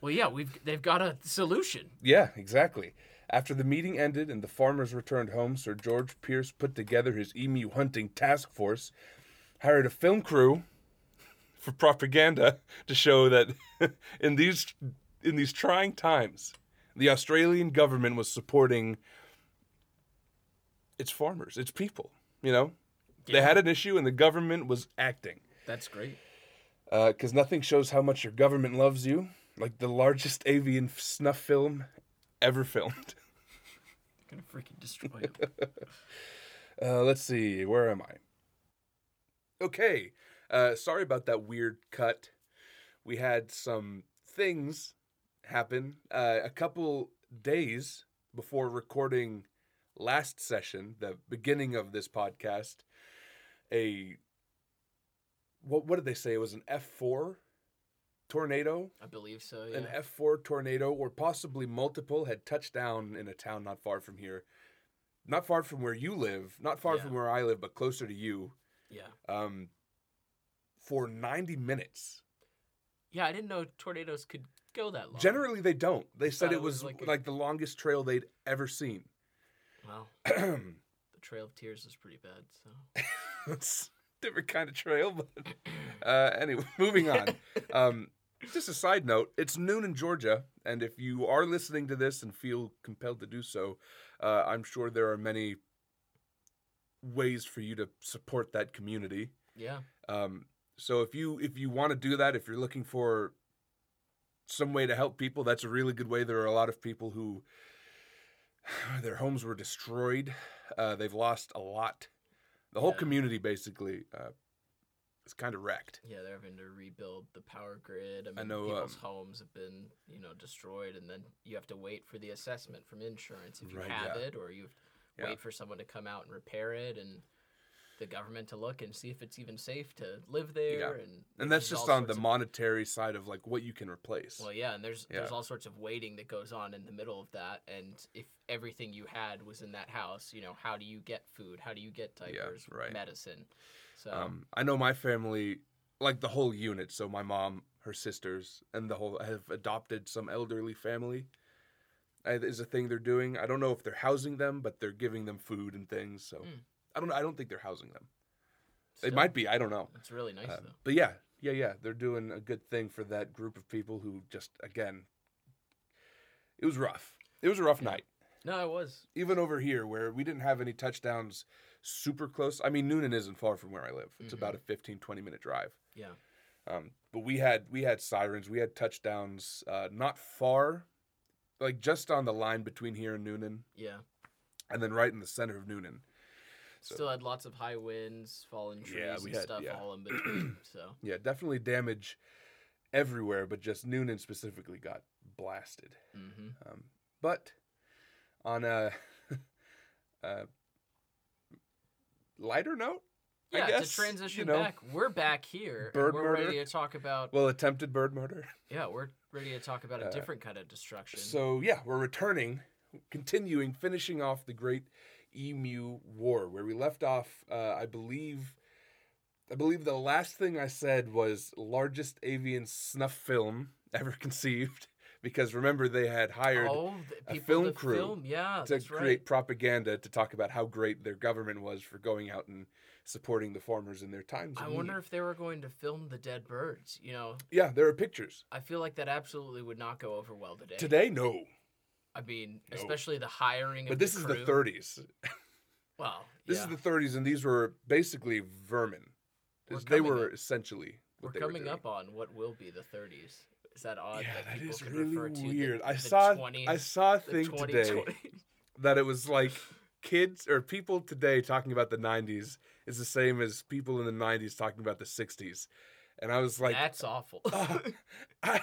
S2: well, yeah, we've they've got a solution.
S1: Yeah, exactly. After the meeting ended and the farmers returned home, Sir George Pierce put together his emu hunting task force, hired a film crew for propaganda to show that in these in these trying times, the Australian government was supporting its farmers, its people, you know? They
S2: Yeah.
S1: had an issue and the government was acting
S2: That's great.
S1: because nothing shows how much your government loves you like the largest avian f- snuff film ever filmed.
S2: Gonna freaking destroy them.
S1: Uh, let's see, where am I? Okay, uh, sorry about that weird cut. We had some things happen uh, a couple days before recording last session, the beginning of this podcast. A what? What did they say? It was an F four tornado.
S2: I believe so. Yeah.
S1: An F4 tornado, or possibly multiple, had touched down in a town not far from here. Not far from where you live, not far
S2: Yeah.
S1: from where I live, but closer to you,
S2: yeah.
S1: um, for 90 minutes.
S2: Yeah, I didn't know tornadoes could go that long.
S1: Generally, they don't. They said
S2: thought
S1: it was, like,
S2: a-
S1: the longest trail they'd ever seen.
S2: Well, the Trail of Tears is pretty bad. So
S1: it's a different kind of trail, but uh, anyway, moving on. Um, just a side note: it's noon in Georgia, and if you are listening to this and feel compelled to do so, uh, I'm sure there are many ways for you to support that community.
S2: yeah,
S1: Um, so if you if you want to do that, if you're looking for some way to help people, that's a really good way. There are a lot of people who their homes were destroyed. Uh, they've lost a lot. The whole
S2: Yeah.
S1: community basically uh, is kind of wrecked.
S2: yeah, they're having to rebuild the power grid. I mean,
S1: know,
S2: people's
S1: um,
S2: homes have been you know destroyed, and then you have to wait for the assessment from insurance if you
S1: Right,
S2: have
S1: yeah.
S2: it, or you have to
S1: Yeah.
S2: wait for someone to come out and repair it, and the government to look and see if it's even safe to live there.
S1: Yeah.
S2: And
S1: And that's
S2: there's all
S1: just on
S2: sorts
S1: the
S2: of-
S1: monetary side of like what you can replace.
S2: Well, yeah, and there's there's
S1: Yeah.
S2: all sorts of waiting that goes on in the middle of that, and if everything you had was in that house, you know, how do you get food? How do you get diapers,
S1: right.
S2: medicine? So
S1: Um, I know my family, like the whole unit, so my mom, her sisters, and the whole have adopted some elderly family. uh, Is a thing they're doing. I don't know if they're housing them, but they're giving them food and things. So
S2: Mm.
S1: I don't. I don't think they're housing them. They
S2: still,
S1: might be. I don't know.
S2: It's really nice
S1: Um,
S2: though.
S1: but yeah, yeah, yeah. They're doing a good thing for that group of people who just again. It was rough. It was a rough
S2: Yeah.
S1: night,
S2: No, it was.
S1: even over here where we didn't have any touchdowns super close. I mean, Noonan isn't far from where I live. It's
S2: Mhm.
S1: about a 15, 20 minute drive.
S2: Yeah.
S1: Um, but we had we had sirens, we had touchdowns, uh, not far, like just on the line between here and Noonan,
S2: Yeah.
S1: and then right in the center of Noonan. So-
S2: Still had lots of high winds, fallen trees,
S1: Yeah, we
S2: and
S1: had-
S2: stuff
S1: yeah.
S2: all in between. So
S1: Yeah, definitely damage everywhere, but just Noonan specifically got blasted.
S2: hmm
S1: Um, but on a, a lighter note, I
S2: yeah,
S1: guess,
S2: to transition
S1: you know,
S2: back, we're back here.
S1: bird
S2: and we're
S1: murder.
S2: ready to talk about.
S1: well, attempted bird murder.
S2: yeah, we're ready to talk about a
S1: Uh,
S2: different kind of destruction.
S1: So yeah, we're returning, continuing, finishing off the Great Emu War, where we left off. Uh, I believe, I believe the last thing I said was largest avian snuff film ever conceived. Because remember, they had hired
S2: oh, the
S1: a
S2: people,
S1: film
S2: that
S1: crew
S2: film, yeah,
S1: to
S2: that's
S1: create
S2: right.
S1: propaganda to talk about how great their government was for going out and supporting the farmers in their times. of
S2: I
S1: need.
S2: wonder if they were going to film the dead birds. You know,
S1: Yeah, there are pictures
S2: I feel like that absolutely would not go over well today.
S1: today. No,
S2: I mean,
S1: No.
S2: especially the hiring of
S1: but this
S2: the
S1: is the
S2: crew.
S1: 30s.
S2: Well,
S1: This
S2: yeah.
S1: is the 30s, and these were basically vermin.
S2: We're
S1: Is- they
S2: coming
S1: were essentially
S2: we're
S1: what they
S2: coming
S1: were
S2: up on what will be the 30s. Is that odd?
S1: doing. Yeah, that
S2: people
S1: is
S2: can
S1: really
S2: refer to the-
S1: weird. I
S2: the
S1: saw
S2: 20s,
S1: I saw a
S2: the
S1: thing today
S2: 2020
S1: that it was like kids or people today talking about the 90s is the same as people in the 90s talking about the 60s, and I was like,
S2: That's awful.
S1: Oh, I,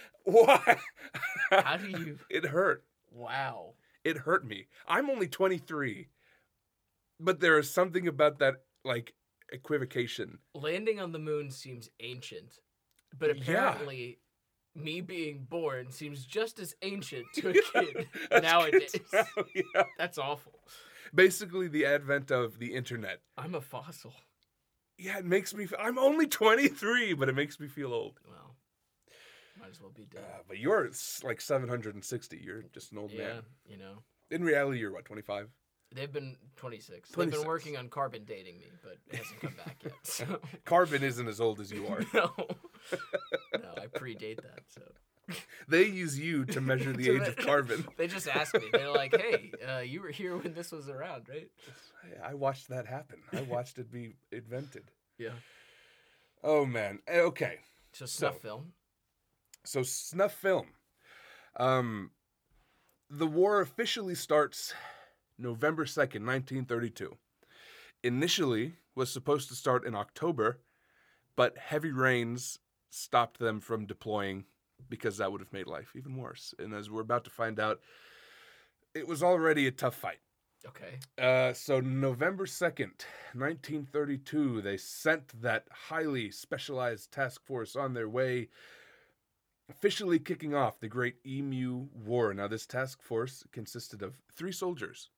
S1: why?
S2: How do you?
S1: It hurt.
S2: Wow.
S1: It hurt me. I'm only 23, but there is something about that like equivocation.
S2: Landing on the moon seems ancient, but
S1: Yeah.
S2: apparently, me being born seems just as ancient to a kid. Nowadays.
S1: kids now, yeah.
S2: That's awful.
S1: Basically, the advent of the internet.
S2: I'm a fossil.
S1: Yeah, it makes me. Feel, I'm only 23, but it makes me feel old.
S2: Well, might as well be
S1: Uh,
S2: dead.
S1: but you're s- like 760. You're just an old
S2: yeah,
S1: man.
S2: you know.
S1: In reality, you're what 25.
S2: They've been 26. They've
S1: 26.
S2: been working on carbon dating me, but it hasn't come back yet. So
S1: Carbon isn't as old as you are.
S2: no, no, I predate that. So
S1: they use you to measure the
S2: To
S1: age of
S2: me-
S1: carbon.
S2: They just asked me. They're like, "Hey, uh, you were here when this was around, right?"
S1: I- I watched that happen. I watched it be invented.
S2: Yeah.
S1: Oh man. Eh, Okay.
S2: So
S1: So-
S2: snuff film.
S1: So snuff film. Um the war officially starts November 2nd, 1932. Initially was supposed to start in October, but heavy rains stopped them from deploying because that would have made life even worse. And as we're about to find out, it was already a tough fight.
S2: Okay.
S1: Uh, so November 2nd, 1932, they sent that highly specialized task force on their way, officially kicking off the Great Emu War. Now, this task force consisted of three soldiers.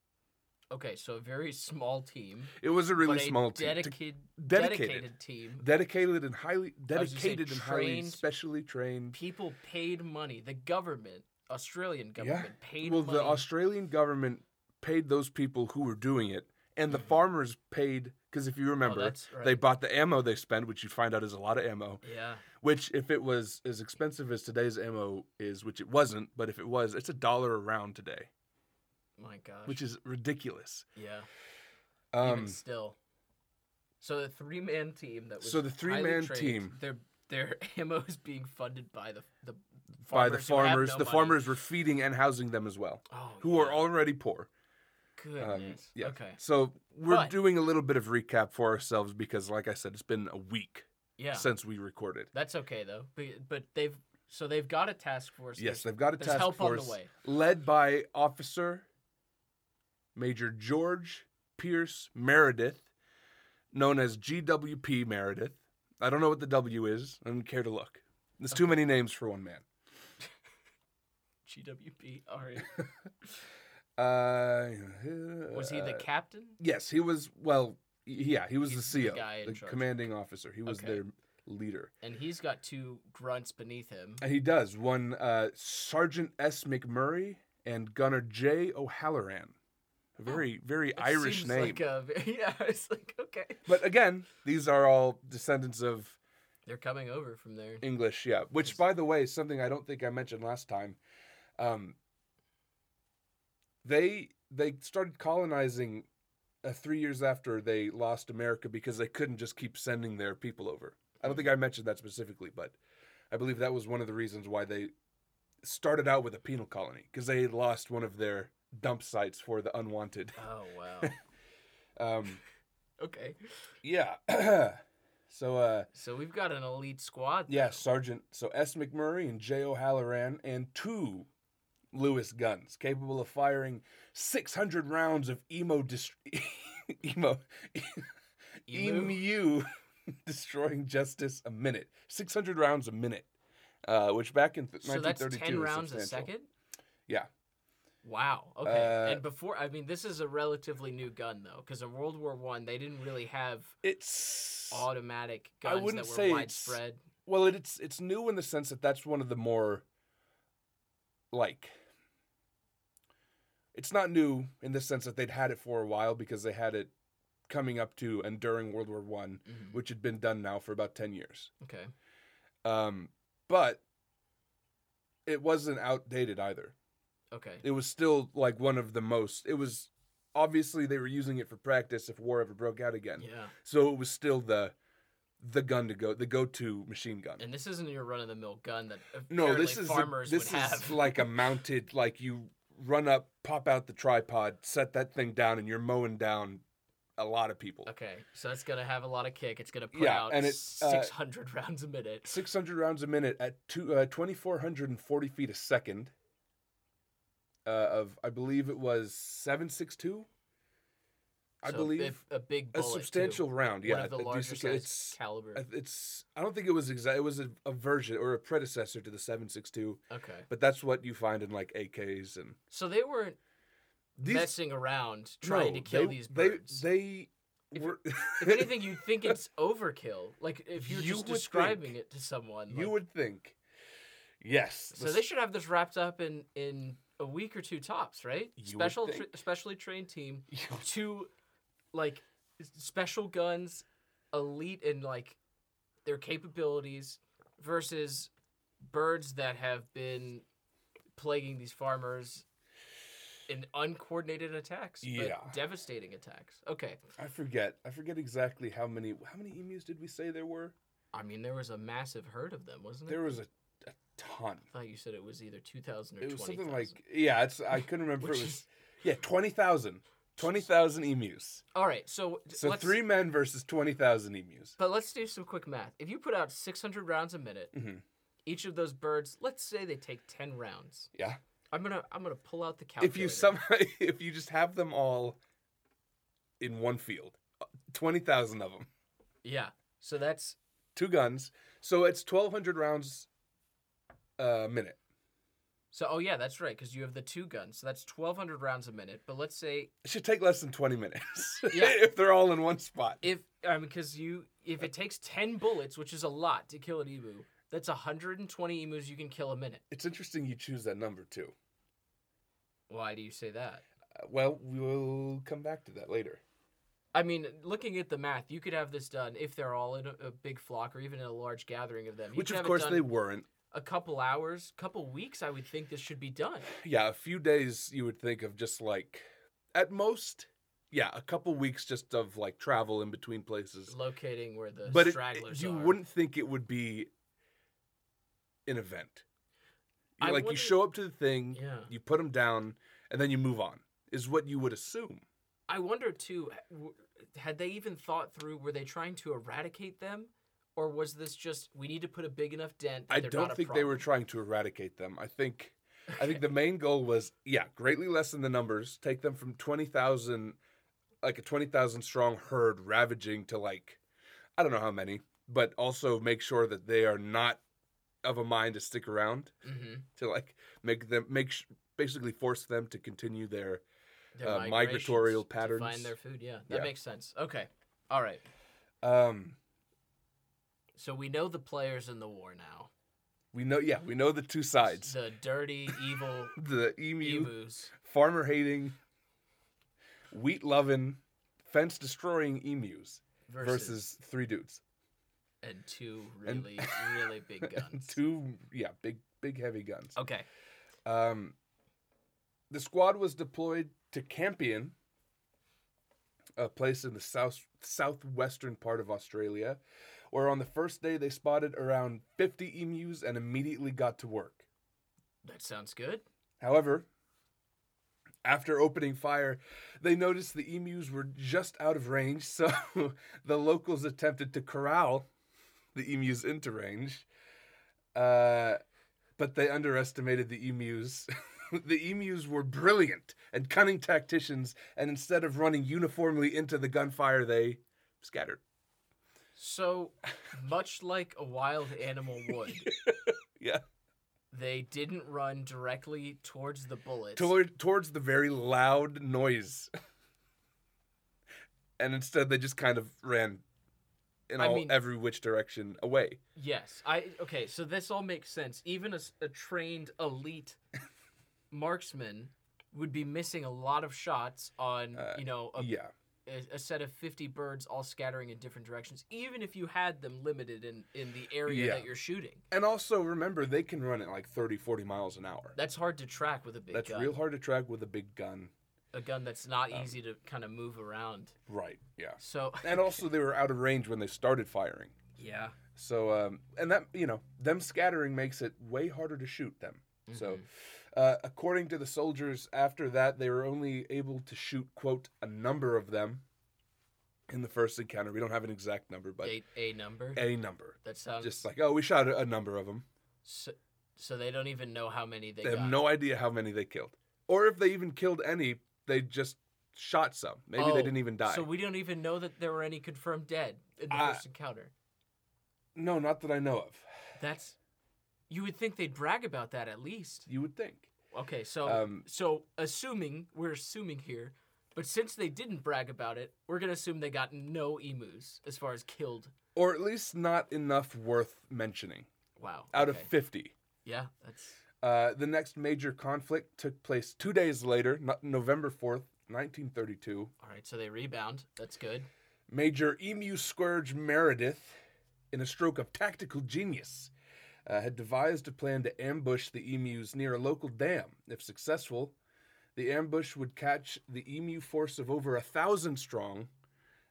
S2: Okay. So a very small team,
S1: It was a really
S2: but a
S1: small team.
S2: dedicated,
S1: dedicated.
S2: dedicated team.
S1: T- Dedicated and highly
S2: gonna say
S1: dedicated and highly
S2: trained
S1: specially trained.
S2: People paid money. The government, Australian government, paid
S1: Well,
S2: money.
S1: the Australian government paid those people who were doing it, and the
S2: Mhm.
S1: farmers paid because if you remember,
S2: Oh, that's
S1: they
S2: right.
S1: bought the ammo they spent, which you find out is a lot of ammo.
S2: yeah.
S1: Which, if it was as expensive as today's ammo is, which it wasn't, but if it was, it's a dollar a round today,
S2: My gosh.
S1: which is ridiculous.
S2: yeah. even
S1: Um,
S2: still. So the three man team that was
S1: So the three-man
S2: highly trained,
S1: team-
S2: their their ammo is being funded by the the
S1: by the
S2: farmers who have
S1: farmers,
S2: no
S1: the
S2: money.
S1: farmers were feeding and housing them as well,
S2: oh,
S1: who
S2: yeah.
S1: are already poor. um,
S2: goodness
S1: yeah.
S2: okay
S1: So we're
S2: But-
S1: doing a little bit of recap for ourselves because, like I said, it's been a week
S2: yeah
S1: since we recorded.
S2: that's okay though but, but they've so they've got a task force
S1: Yes,
S2: there's,
S1: they've got a
S2: there's
S1: task
S2: help
S1: force
S2: on the way
S1: led by Officer Major George Pierce Meredith, known as GWP Meredith. I don't know what the W is. I don't care to look. There's too many names for one man.
S2: GWP. All right.
S1: Uh,
S2: Was he the
S1: uh,
S2: captain?
S1: Yes, he was. Well, y- yeah, he was
S2: He's
S1: the
S2: the
S1: CO,
S2: guy in
S1: the
S2: charge.
S1: commanding officer. He was
S2: Okay.
S1: their leader,
S2: And he's got two grunts beneath him.
S1: and he does one uh, Sergeant S. McMurray and Gunner J. O'Halloran. A very, very
S2: It
S1: Irish
S2: seems
S1: name.
S2: Like a, ve- yeah, it's like okay.
S1: But uh, again, these are all descendants of
S2: They're coming over from there.
S1: English, yeah. Which,
S2: Yes.
S1: by the way, is something I don't think I mentioned last time. Um, they they started colonizing uh, three years after they lost America because they couldn't just keep sending their people over. I don't think I mentioned that specifically, but I believe that was one of the reasons why they started out with a penal colony because they had lost one of their dump sites for the unwanted.
S2: Oh wow.
S1: Um,
S2: okay.
S1: yeah. so uh,
S2: So we've got an elite squad.
S1: Yeah, Sergeant. So S. McMurray and J. O'Halloran and two Lewis guns capable of firing 600 rounds of emo dest- emo
S2: Emu.
S1: emu destroying justice a minute. 600 rounds a minute. Uh, which back in th-
S2: so that's
S1: 1932
S2: ten
S1: was
S2: rounds a
S1: substantial.
S2: second.
S1: Yeah.
S2: Wow. Okay.
S1: Uh,
S2: and before, I mean, this is a relatively new gun though, because in World War One they didn't really have
S1: It's
S2: automatic
S1: I
S2: guns
S1: wouldn't
S2: that were
S1: say it's-
S2: widespread.
S1: well it, it's it's new in the sense that that's one of the more like it's not new in the sense that they'd had it for a while because they had it coming up to and during world war one
S2: Mhm.
S1: which had been done now for about 10 years
S2: Okay.
S1: um, but it wasn't outdated either
S2: Okay.
S1: it was still like one of the most it was obviously they were using it for practice if war ever broke out again
S2: Yeah.
S1: so it was still the the gun to go the go-to machine gun
S2: And this isn't your run of the mill gun that
S1: No, this
S2: apparently
S1: is a-
S2: farmers
S1: this
S2: would
S1: is
S2: have.
S1: like a mounted like you run up, pop out the tripod, set that thing down, and you're mowing down a lot of people.
S2: Okay, so it's gonna have a lot of kick. It's gonna put
S1: Yeah,
S2: out
S1: and it, uh,
S2: six hundred rounds a minute.
S1: Six hundred rounds a minute at two, uh, 2,440 feet a second. Uh, of I believe it was seven six two. I
S2: So a
S1: believe
S2: big- a big,
S1: a
S2: bullet, too.
S1: substantial round. Yeah,
S2: one of the
S1: a decent
S2: larger
S1: size.
S2: size
S1: it's
S2: caliber.
S1: I- it's. I don't think it was exact. It was a, a version or a predecessor to the seven six two,
S2: okay,
S1: but that's what you find in like AKs and
S2: so they weren't
S1: these
S2: messing around trying
S1: No,
S2: to kill
S1: they-
S2: these birds.
S1: They, they
S2: If-
S1: were.
S2: if anything, you'd think it's overkill. Like if you're
S1: You
S2: just
S1: would
S2: describing
S1: think.
S2: it to someone,
S1: you
S2: like-
S1: would think. Yes.
S2: So they should have this wrapped up in in a week or two tops, right?
S1: You would
S2: Special, tra-
S1: think.
S2: specially trained team,
S1: should.
S2: two like s- special guns, elite in like their capabilities versus birds that have been plaguing these farmers in uncoordinated attacks,
S1: Yeah.
S2: but devastating attacks. Okay,
S1: I forget. I forget exactly how many. How many emus did we say there were?
S2: I mean there was a massive herd of them, wasn't
S1: There
S2: it?
S1: was a, a ton.
S2: I thought you said it was either two thousand or
S1: It was
S2: twenty
S1: something
S2: thousand.
S1: like yeah. It's I couldn't remember.
S2: which
S1: if it was
S2: is
S1: yeah twenty thousand. Twenty thousand emus.
S2: all right. So
S1: So
S2: let's-
S1: three men versus twenty thousand emus.
S2: But let's do some quick math. If you put out 600 rounds a minute,
S1: Mhm.
S2: each of those birds, let's say they take 10 rounds.
S1: Yeah.
S2: I'm gonna I'm gonna pull out the calculator.
S1: If you somehow, if you just have them all in one field, uh, twenty thousand of them.
S2: yeah, so that's
S1: two guns. So it's twelve hundred rounds a minute.
S2: so oh yeah, that's right because you have the two guns, so that's 1,200 rounds a minute. But let's say
S1: It should take less than twenty minutes
S2: Yeah.
S1: if they're all in one spot.
S2: if I mean because you if it takes 10 bullets, which is a lot to kill an emu, that's 120 emus you can kill a minute.
S1: It's interesting you choose that number too.
S2: Why do you say that?
S1: Uh, well, we'll come back to that later.
S2: I mean, looking at the math, you could have this done if they're all in a, a big flock or even in a large gathering of them. You
S1: Which
S2: could
S1: of
S2: have it
S1: course
S2: done-
S1: they weren't.
S2: a couple hours, couple weeks, I would think this should be done.
S1: Yeah, a few days you would think of just like at most. Yeah, a couple weeks just of like travel in between places.
S2: Locating where the
S1: But it,
S2: stragglers
S1: you
S2: are.
S1: wouldn't think it would be an event. You-
S2: I
S1: like you
S2: wouldn't-
S1: show up to the thing,
S2: Yeah.
S1: you put them down, and then you move on. Is what you would assume.
S2: I wonder too. w- Had they even thought through? Were they trying to eradicate them, or was this just we need to put a big enough dent? That
S1: I
S2: they're
S1: don't
S2: not a
S1: think they were trying
S2: problem?
S1: to eradicate them. I think I think the main goal was yeah, greatly lessen the numbers, take them from 20,000 like a 20,000 strong herd ravaging to like I don't know how many, but also make sure that they are not of a mind to stick around
S2: hmm
S1: to like make them make sh- basically force them to continue their
S2: Their
S1: Uh,
S2: migrations
S1: migratorial
S2: To
S1: patterns.
S2: find their food. Yeah, that
S1: Yeah.
S2: makes sense. Okay, all right.
S1: um
S2: So we know the players in the war now.
S1: we know yeah, we know the two sides.
S2: The dirty, evil
S1: The emu,
S2: emus.
S1: farmer hating, wheat loving, fence destroying emus
S2: Versus,
S1: versus, three dudes.
S2: and two
S1: and-
S2: really, really big guns.
S1: Two yeah, big big heavy guns.
S2: Okay.
S1: Um, the squad was deployed to Campion, a place in the south southwestern part of Australia, where on the first day they spotted around 50 emus and immediately got to work.
S2: That sounds good.
S1: However, after opening fire, they noticed the emus were just out of range, so the locals attempted to corral the emus into range. Uh, but they underestimated the emus. the emus were brilliant and cunning tacticians, and instead of running uniformly into the gunfire, they scattered.
S2: So, much like a wild animal would,
S1: Yeah.
S2: they didn't run directly towards the bullets.
S1: Toward, towards the very loud noise. and instead, they just kind of ran in
S2: I
S1: all,
S2: mean-
S1: every which direction away.
S2: yes. I okay, so this all makes sense. Even a, s- a trained elite marksman would be missing a lot of shots on,
S1: Uh,
S2: you know, a,
S1: yeah.
S2: a, a set of 50 birds all scattering in different directions, even if you had them limited in, in the area
S1: Yeah.
S2: that you're shooting.
S1: And also, remember, they can run at like 30, 40 miles an hour.
S2: That's hard to track with a big
S1: That's
S2: gun.
S1: real hard to track with a big gun.
S2: A gun that's not
S1: Um,
S2: easy to kind of move around.
S1: Right, yeah.
S2: So,
S1: And also, they were out of range when they started firing.
S2: yeah.
S1: So, um, and that, you know, them scattering makes it way harder to shoot them. So,
S2: Mhm.
S1: uh, according to the soldiers, after that, they were only able to shoot, quote, a number of them in the first encounter. We don't have an exact number, but
S2: a, a number.
S1: a number.
S2: that sounds
S1: Just like, oh, we shot a a number of them.
S2: so, so they don't even know how many they,
S1: They
S2: got.
S1: have no idea how many they killed. Or if they even killed any, they just shot some. Maybe
S2: Oh,
S1: they didn't even die.
S2: So we don't even know that there were any confirmed dead in the
S1: I-
S2: first encounter.
S1: no, not that I know of.
S2: That's you would think they'd brag about that at least.
S1: You would think.
S2: Okay, so
S1: Um,
S2: so assuming we're assuming here, but since they didn't brag about it, we're gonna assume they got no emus as far as killed.
S1: Or at least not enough worth mentioning
S2: Wow.
S1: out
S2: okay.
S1: of 50.
S2: yeah, that's
S1: Uh, the next major conflict took place two days later, no- November 4th, 1932.
S2: all right. So they rebound. That's good.
S1: Major Emu Scourge Meredith, in a stroke of tactical genius, uh, had devised a plan to ambush the emus near a local dam. If successful, the ambush would catch the emu force of over a thousand strong,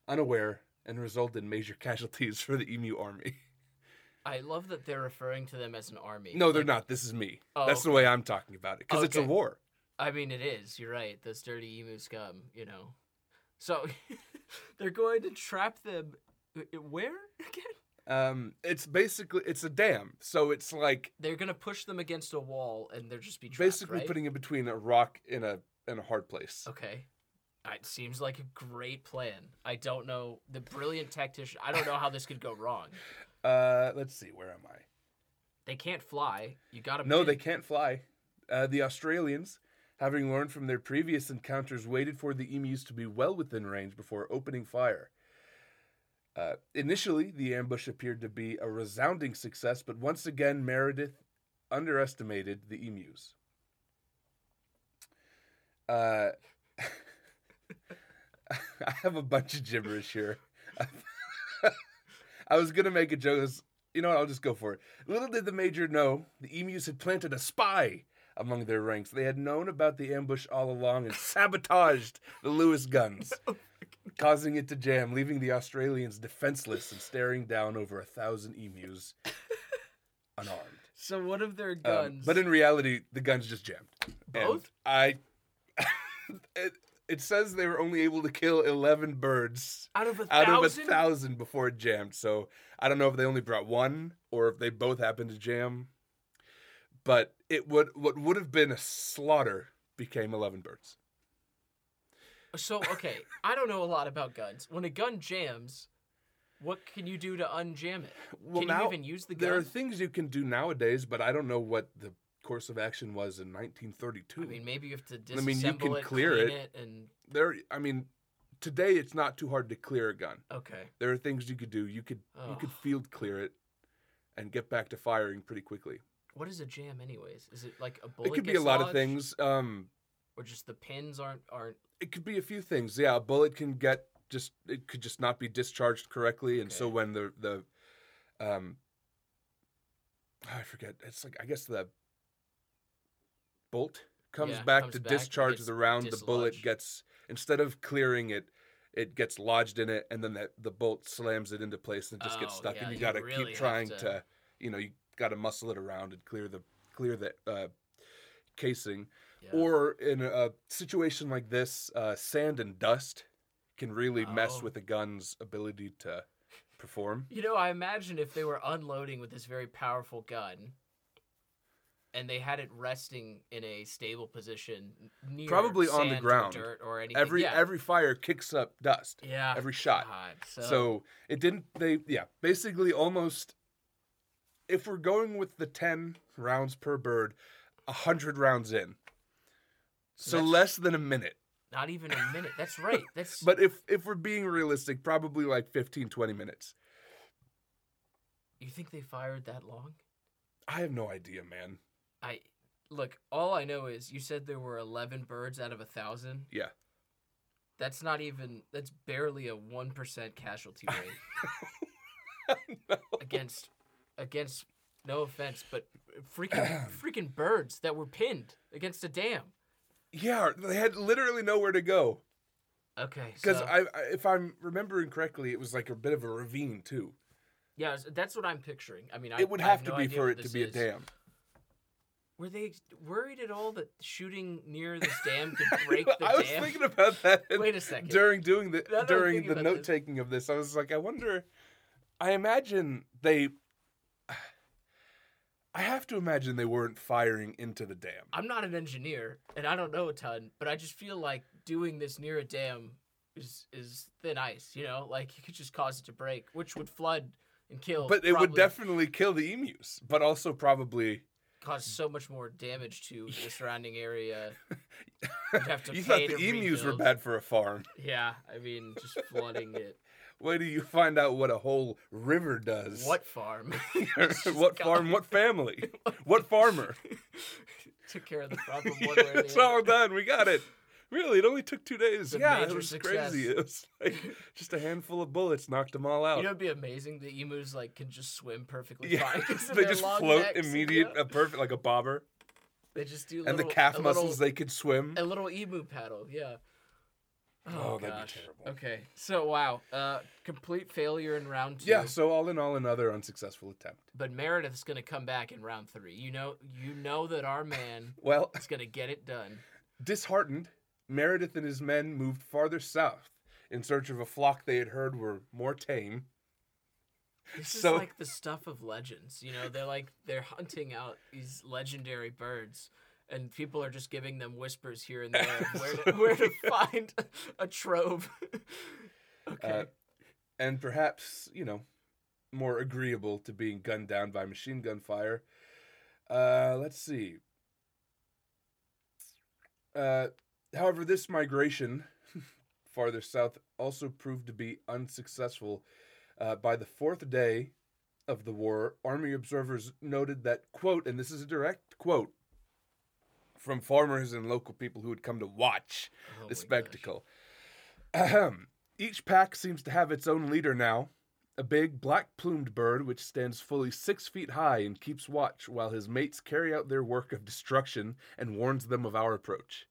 S1: unaware, and result in major casualties for the emu army.
S2: I love that they're referring to them as an army.
S1: No, they're
S2: Like,
S1: not. This is me.
S2: Oh,
S1: That's the way I'm talking about it because it's a
S2: Okay.
S1: war.
S2: I mean, it is. You're right. Those dirty emu scum, you know. So they're going to trap them. w- Where again?
S1: Um, it's basically it's a dam, so it's like
S2: They're gonna push them against a wall, and they're just be trapped,
S1: basically
S2: right?
S1: putting it between a rock and a and a hard place.
S2: Okay, Uh, it seems like a great plan. I don't know the brilliant tactician. I don't know how this could go wrong.
S1: Uh, let's see, where am I?
S2: They can't fly. You gotta
S1: No, they
S2: pin-
S1: can't fly. Uh, the Australians, having learned from their previous encounters, waited for the emus to be well within range before opening fire. Uh, initially, the ambush appeared to be a resounding success, but once again, Meredith underestimated the E emus. Uh, I have a bunch of gibberish here. I was going to make a joke. as- You know what? I'll just go for it. Little did the major know, the emus had planted a spy among their ranks. They had known about the ambush all along and sabotaged the Lewis guns,
S2: Oh
S1: causing it to jam, leaving the Australians defenseless and staring down over a thousand emus unarmed.
S2: So one of their
S1: Um,
S2: guns.
S1: but in reality, the guns just jammed. And
S2: Both?
S1: I. it, it says they were only able to kill 11 birds
S2: out of a
S1: out
S2: thousand.
S1: of a thousand before it jammed. So I don't know if they only brought one or if they both happened to jam. But it would what would have been a slaughter became eleven birds.
S2: So okay, I don't know a lot about guns. When a gun jams, what can you do to unjam it?
S1: Well,
S2: can
S1: now
S2: you even use the
S1: there are
S2: gun?
S1: things you can do nowadays, but I don't know what the course of action was in 1932.
S2: I mean, maybe you have to disassemble
S1: I mean, you can
S2: it,
S1: clear
S2: clean
S1: it.
S2: it, and
S1: there, I mean, today it's not too hard to clear a gun.
S2: okay.
S1: There are things you could do. You could you could
S2: Ugh.
S1: field clear it, and get back to firing pretty quickly.
S2: What is a jam, anyways? Is it like a bullet?
S1: It could be a
S2: gets
S1: lot of
S2: lodged,
S1: things. Um,
S2: or just the pins aren't aren't.
S1: it could be a few things. Yeah, a bullet can get just it could just not be discharged correctly, and so
S2: Okay.
S1: when the the um oh, I forget, it's like I guess the bolt comes
S2: Yeah,
S1: back
S2: comes
S1: to
S2: back,
S1: discharge
S2: gets
S1: the round, the bullet
S2: dislodged.
S1: gets instead of clearing it. It gets lodged in it, and then that the bolt slams it into place, and it just gets
S2: Oh,
S1: stuck.
S2: yeah,
S1: and you,
S2: you
S1: gotta
S2: really
S1: keep
S2: have
S1: trying to...
S2: to-
S1: you know, you gotta muscle it around and clear the clear the uh, casing.
S2: Yeah.
S1: Or in a situation like this, uh, sand and dust can really mess
S2: Oh.
S1: with a gun's ability to perform.
S2: You know, I imagine if they were unloading with this very powerful gun and they had it resting in a stable position n- near
S1: Probably on the
S2: sand or
S1: ground.
S2: dirt or anything.
S1: Every
S2: yeah.
S1: every fire kicks up dust.
S2: yeah.
S1: Every shot.
S2: God, so,
S1: So. it didn't. They yeah, basically almost. If we're going with the ten rounds per bird, a hundred rounds in.
S2: So
S1: So
S2: that's-
S1: less than a minute.
S2: not even a minute. That's right. That's
S1: But if if we're being realistic, probably like 15, 20 minutes.
S2: you think they fired that long?
S1: I have no idea, man.
S2: I look, all I know is you said there were 11 birds out of a 1000.
S1: Yeah.
S2: That's not even that's barely a 1% casualty rate. against against no offense, but freaking freaking birds that were pinned against a dam.
S1: Yeah, they had literally nowhere to go.
S2: Okay,
S1: Because
S2: so,
S1: I, I- if I'm remembering correctly, it was like a bit of a ravine too.
S2: yeah, s- that's what I'm picturing. I mean, I,
S1: it would
S2: I
S1: have
S2: no
S1: to be
S2: idea
S1: for
S2: what
S1: it to
S2: this
S1: be a
S2: is.
S1: dam.
S2: Were they worried at all that shooting near this dam could break the
S1: I was
S2: dam?
S1: thinking about that
S2: Wait a second.
S1: during doing the
S2: Now that I'm
S1: during
S2: thinking
S1: the
S2: about
S1: note
S2: this.
S1: taking of this. I was like, I wonder. I imagine they. I have to imagine they weren't firing into the dam.
S2: I'm not an engineer and I don't know a ton, but I just feel like doing this near a dam is is thin ice. You know, like you could just cause it to break, which would flood and kill.
S1: But it would
S2: probably
S1: definitely kill the emus, but also probably.
S2: cause so much more damage to the surrounding area. You'd have to
S1: you
S2: pay
S1: thought
S2: to
S1: the emus were
S2: rebuild.
S1: bad for a farm.
S2: Yeah, I mean, just flooding it.
S1: Wait till you find out what a whole river does.
S2: What farm? It's just
S1: what
S2: gone.
S1: farm? What family? what farmer?
S2: Took care of the problem one way or
S1: it's
S2: the
S1: all
S2: other.
S1: done. We got it. Really, it only took two days.
S2: It's a
S1: yeah, it
S2: major
S1: was
S2: success.
S1: crazy. It was like just a handful of bullets knocked them all out.
S2: You know, it'd be amazing. The emus like can just swim perfectly
S1: yeah,
S2: fine. 'cause of
S1: they
S2: their
S1: just
S2: long
S1: float
S2: necks, you
S1: immediate,
S2: know?
S1: a perfect like a bobber,
S2: They just do
S1: and the
S2: little-
S1: calf
S2: a
S1: muscles
S2: Little,
S1: they could swim.
S2: a little emu paddle. Yeah.
S1: Oh, that'd be
S2: gosh.
S1: terrible.
S2: Okay, so wow, uh, complete failure in round two.
S1: Yeah. So all in all, another unsuccessful attempt.
S2: But Meredith's gonna come back in round three. You know, you know that our man
S1: Well,
S2: is gonna get it done.
S1: disheartened, Meredith and his men moved farther south in search of a flock they had heard were more tame.
S2: This
S1: So-
S2: is like the stuff of legends. You know, they're like they're hunting out these legendary birds, and people are just giving them whispers here and there of where to, where to find a trove. okay.
S1: Uh, and perhaps you know more agreeable to being gunned down by machine gun fire. Uh, let's see. Uh, however, this migration farther south also proved to be unsuccessful. Uh, by the fourth day of the war, army observers noted that quote, and this is a direct quote from farmers and local people who had come to watch
S2: Oh my
S1: the
S2: gosh.
S1: spectacle. Ahem. Each pack seems to have its own leader now. A big black plumed bird which stands fully six feet high and keeps watch while his mates carry out their work of destruction and warns them of our approach.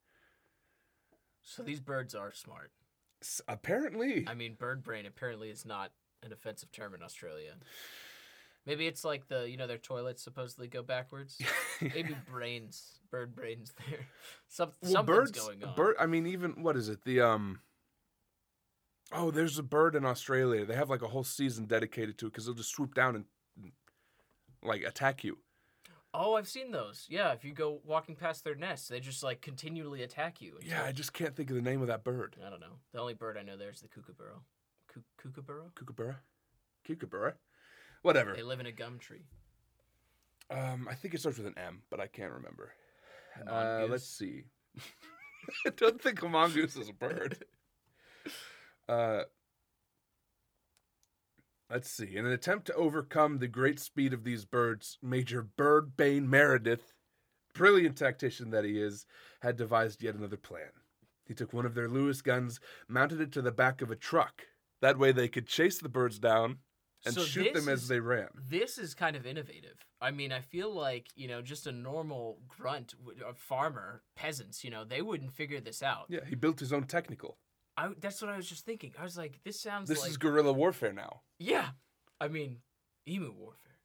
S2: So these birds are smart.
S1: S- apparently,
S2: I mean, bird brain apparently is not an offensive term in Australia. Maybe it's like the you know their toilets supposedly go backwards. Maybe brains, bird brains there. Some,
S1: well,
S2: something's
S1: birds.
S2: going on.
S1: Bird. I mean, even what is it? The um. Oh, there's a bird in Australia. They have like a whole season dedicated to it because they'll just swoop down and like attack you.
S2: Oh, I've seen those. Yeah, if you go walking past their nest, they just like continually attack you.
S1: Yeah, I just can't think of the name of that bird.
S2: I don't know. The only bird I know there is the kookaburra. Koo- kookaburra?
S1: Kookaburra? Kookaburra? Whatever.
S2: They live in a gum tree.
S1: Um, I think it starts with an M, but I can't remember. Uh,
S2: Mongoose.
S1: let's see. I don't think a mongoose is a bird. Uh, let's see. In an attempt to overcome the great speed of these birds, Major Birdbane Meredith, brilliant tactician that he is, had devised yet another plan. He took one of their Lewis guns, mounted it to the back of a truck. That way they could chase the birds down and
S2: So
S1: shoot
S2: this
S1: them as
S2: is-
S1: they ran.
S2: This is kind of innovative. I mean, I feel like, you know, just a normal grunt, would- a farmer, peasants, you know, they wouldn't figure this out.
S1: Yeah, he built his own technical.
S2: I, that's what I was just thinking. I was like, this sounds
S1: This
S2: like.
S1: is guerrilla warfare now.
S2: yeah. I mean, emu warfare.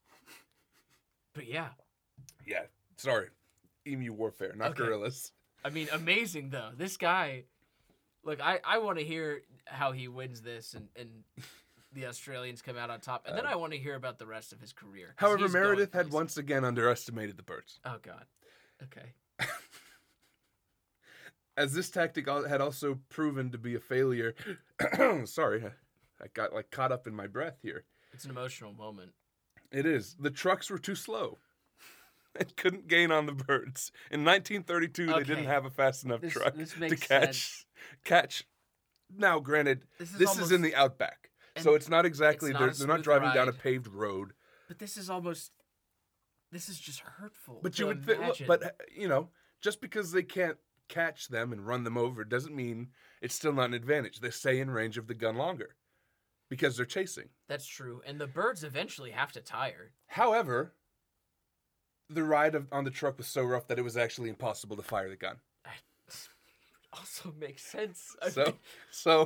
S2: But yeah.
S1: Yeah, sorry. Emu warfare, not
S2: Okay.
S1: gorillas.
S2: I mean, amazing though. This guy, look, I, I want to hear how he wins this and, and the Australians come out on top. And then I want to hear about the rest of his career. 'cause
S1: Uh, However,
S2: he's going
S1: Meredith had
S2: places.
S1: once again underestimated the birds,
S2: Oh, God. Okay.
S1: as this tactic al- had also proven to be a failure. sorry, I got like caught up in my breath here.
S2: It's an emotional moment.
S1: It is the trucks were too slow. and couldn't gain on the birds. In 1932, they
S2: Okay.
S1: didn't have a fast enough
S2: This-
S1: truck
S2: this
S1: to
S2: makes
S1: catch
S2: sense.
S1: catch. Now, granted,
S2: This is
S1: this
S2: almost-
S1: is in the outback, so
S2: And
S1: it's not exactly
S2: not
S1: they're,
S2: a
S1: they're not
S2: smooth
S1: driving down a
S2: ride.
S1: paved road.
S2: But this is almost. This is just hurtful.
S1: But
S2: to
S1: you would, thi- look,
S2: imagine.
S1: but you know, just because they can't catch them and run them over doesn't mean it's still not an advantage. They stay in range of the gun longer because they're chasing.
S2: That's true. And the birds eventually have to tire.
S1: However, the ride of, on the truck was so rough that it was actually impossible to fire the gun.
S2: Also makes sense. I
S1: So,
S2: mean,
S1: so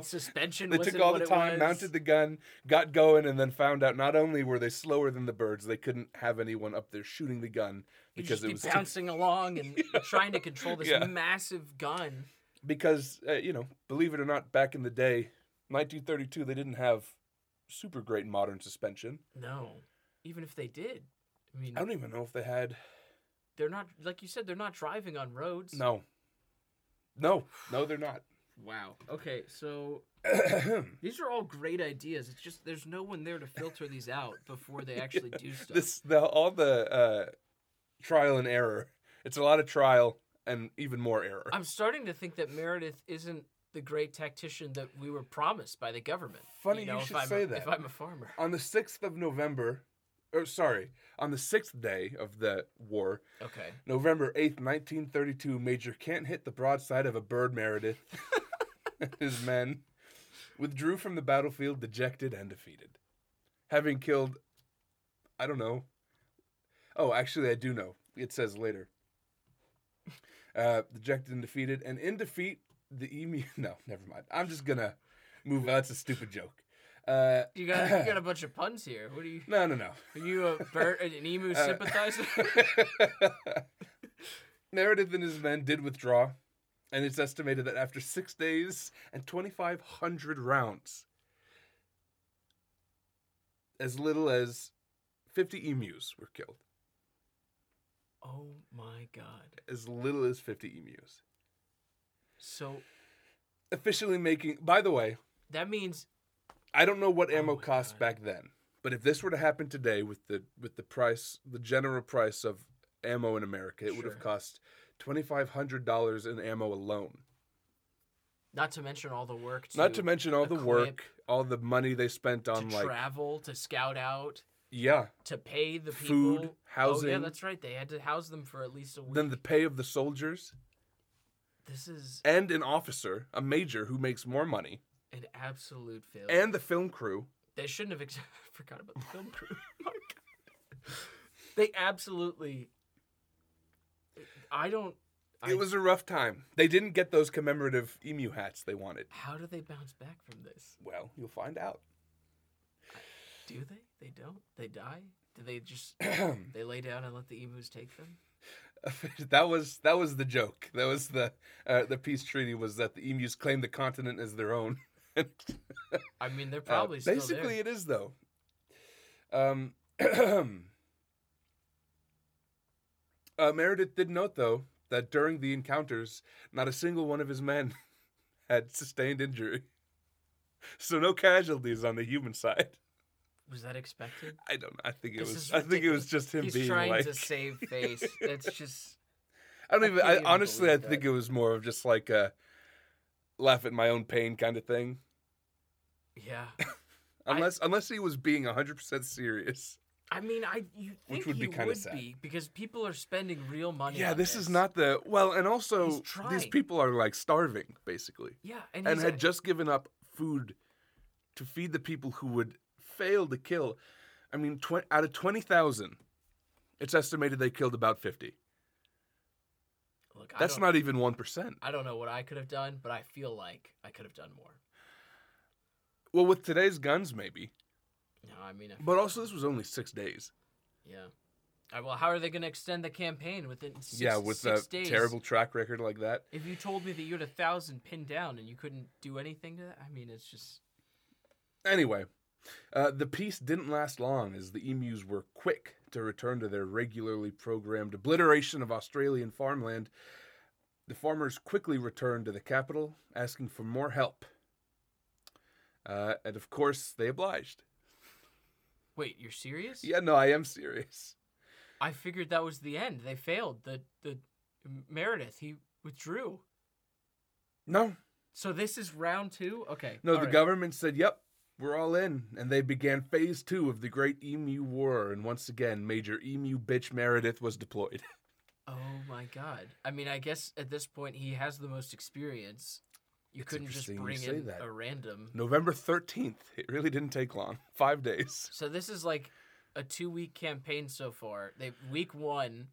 S2: suspension.
S1: they
S2: wasn't
S1: took all
S2: what
S1: the
S2: it
S1: time,
S2: was.
S1: mounted the gun, got going, and then found out not only were they slower than the birds, they couldn't have anyone up there shooting the gun
S2: You'd
S1: because
S2: just
S1: it
S2: be
S1: was too-
S2: bouncing along and trying to control this
S1: Yeah.
S2: massive gun.
S1: because uh, you know, believe it or not, back in the day, 1932, they didn't have super great modern suspension.
S2: No, even if they did, I mean,
S1: I don't even know if they had.
S2: they're not like you said. They're not driving on roads.
S1: No. No, no, they're not.
S2: Wow. Okay, so these are all great ideas. It's just there's no one there to filter these out before they actually do stuff.
S1: this the all the uh, trial and error. It's a lot of trial and even more error.
S2: I'm starting to think that Meredith isn't the great tactician that we were promised by the government.
S1: Funny you
S2: know, if
S1: should
S2: I'm
S1: say
S2: a,
S1: that.
S2: If I'm a farmer,
S1: On the sixth of November, or sorry, on the sixth day of the war,
S2: okay.
S1: November 8th, 1932, Major Kent hit the broadside of a bird Meredith. and His men withdrew from the battlefield dejected and defeated. Having killed, I don't know. Oh, actually, I do know. It says later. Uh, dejected and defeated. And in defeat, the emu. No, never mind. I'm just going to move on. That's a stupid joke. Uh,
S2: You got you got a bunch of puns here. What are you?
S1: no, no, no.
S2: Are you a bird, an emu
S1: Uh,
S2: sympathizer?
S1: Meredith and his men did withdraw, and it's estimated that after six days and 2,500 rounds, as little as 50 emus were killed.
S2: oh my god!
S1: As little as 50 emus.
S2: So
S1: Officially making, by the way,
S2: that means
S1: I don't know what ammo
S2: Oh my
S1: cost
S2: God.
S1: back then, but if this were to happen today with the with the price, the general price of ammo in America, it would have
S2: Sure.
S1: cost twenty five hundred dollars in ammo alone.
S2: not to mention all the work. To,
S1: Not to mention all the
S2: equip,
S1: work, all the money they spent
S2: to
S1: on like
S2: travel, to scout out,
S1: yeah,
S2: to pay the people.
S1: Food,
S2: Oh, yeah,
S1: housing.
S2: that's right. They had to house them for at least a week.
S1: then the pay of the soldiers
S2: this is
S1: and an officer, a major who makes more money,
S2: an absolute failure.
S1: and the film crew.
S2: they shouldn't have. Ex- I forgot about the film crew. My God. they absolutely. I don't. I-
S1: It was a rough time. They didn't get those commemorative emu hats they wanted.
S2: How do they bounce back from this?
S1: Well, you'll find out.
S2: Do they? They don't. They die. Do they just? they lay down and let the emus take them.
S1: that was that was the joke. That was the uh, the peace treaty was that the emus claimed the continent as their own.
S2: I mean, they're
S1: Uh,
S2: probably still
S1: basically
S2: there.
S1: it is though. Um, Uh, Meredith did note, though, that during the encounters, not a single one of his men had sustained injury. So no casualties on the human side.
S2: Was that expected?
S1: I don't. know. I think it
S2: This
S1: was.
S2: is
S1: I think it was just him
S2: He's
S1: being
S2: trying
S1: like.
S2: to save face. That's just
S1: I don't
S2: I
S1: even.
S2: can't
S1: I,
S2: even
S1: honestly, I
S2: believe
S1: think
S2: that.
S1: it was more of just like a laugh at my own pain kind of thing.
S2: yeah. I-
S1: Unless, unless he was being hundred percent serious.
S2: I mean, I you
S1: Which
S2: think
S1: would be
S2: he
S1: kinda
S2: would
S1: sad.
S2: be because people are spending real money.
S1: yeah,
S2: on
S1: this is not the well, and also these
S2: trying.
S1: people are like starving basically,
S2: Yeah, and,
S1: and
S2: he's
S1: had
S2: a-
S1: just given up food to feed the people who would fail to kill. I mean, tw- out of twenty thousand, it's estimated they killed about fifty.
S2: look, I
S1: That's
S2: don't-
S1: not even one percent.
S2: I don't know what I could have done, but I feel like I could have done more.
S1: Well, with today's guns, maybe.
S2: No, I mean, I-
S1: But also, this was only six days.
S2: yeah. I, well, how are they going to extend the campaign within six,
S1: yeah, with
S2: six
S1: a
S2: days?
S1: terrible track record like that.
S2: If you told me that you had a thousand pinned down and you couldn't do anything to that, I mean, it's just
S1: Anyway, uh, the peace didn't last long as the emus were quick to return to their regularly programmed obliteration of Australian farmland. The farmers quickly returned to the capital, asking for more help. Uh, and of course, they obliged.
S2: wait, you're serious?
S1: Yeah, no, I am serious.
S2: I figured that was the end. They failed. The the Meredith he withdrew.
S1: No,
S2: So this is round two. Okay.
S1: No, the
S2: alright.
S1: government said, yep, we're all in. And they began phase two of the Great Emu War. And once again, Major Emu Bitch Meredith was deployed.
S2: Oh my god. I mean, I guess at this point he has the most experience. You
S1: It's
S2: couldn't just
S1: interesting you
S2: bring
S1: say
S2: in
S1: that.
S2: a random.
S1: November 13th. It really didn't take long. Five days.
S2: So this is like a two week campaign so far. They week one,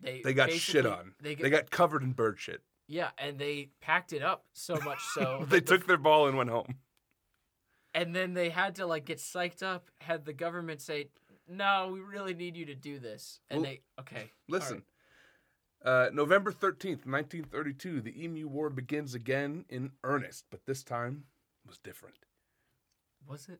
S2: they
S1: They got shit
S2: basically-
S1: on.
S2: They,
S1: They
S2: got
S1: got covered in bird shit.
S2: yeah, and they packed it up so much so
S1: They
S2: Oh, that the-
S1: took their ball and went home.
S2: and then they had to like get psyched up. Had the government say, "No, we really need you to do this," and
S1: Well,
S2: they okay.
S1: Listen. Uh, November 13th, 1932, the E Emu War begins again in earnest, but this time was different.
S2: Was it?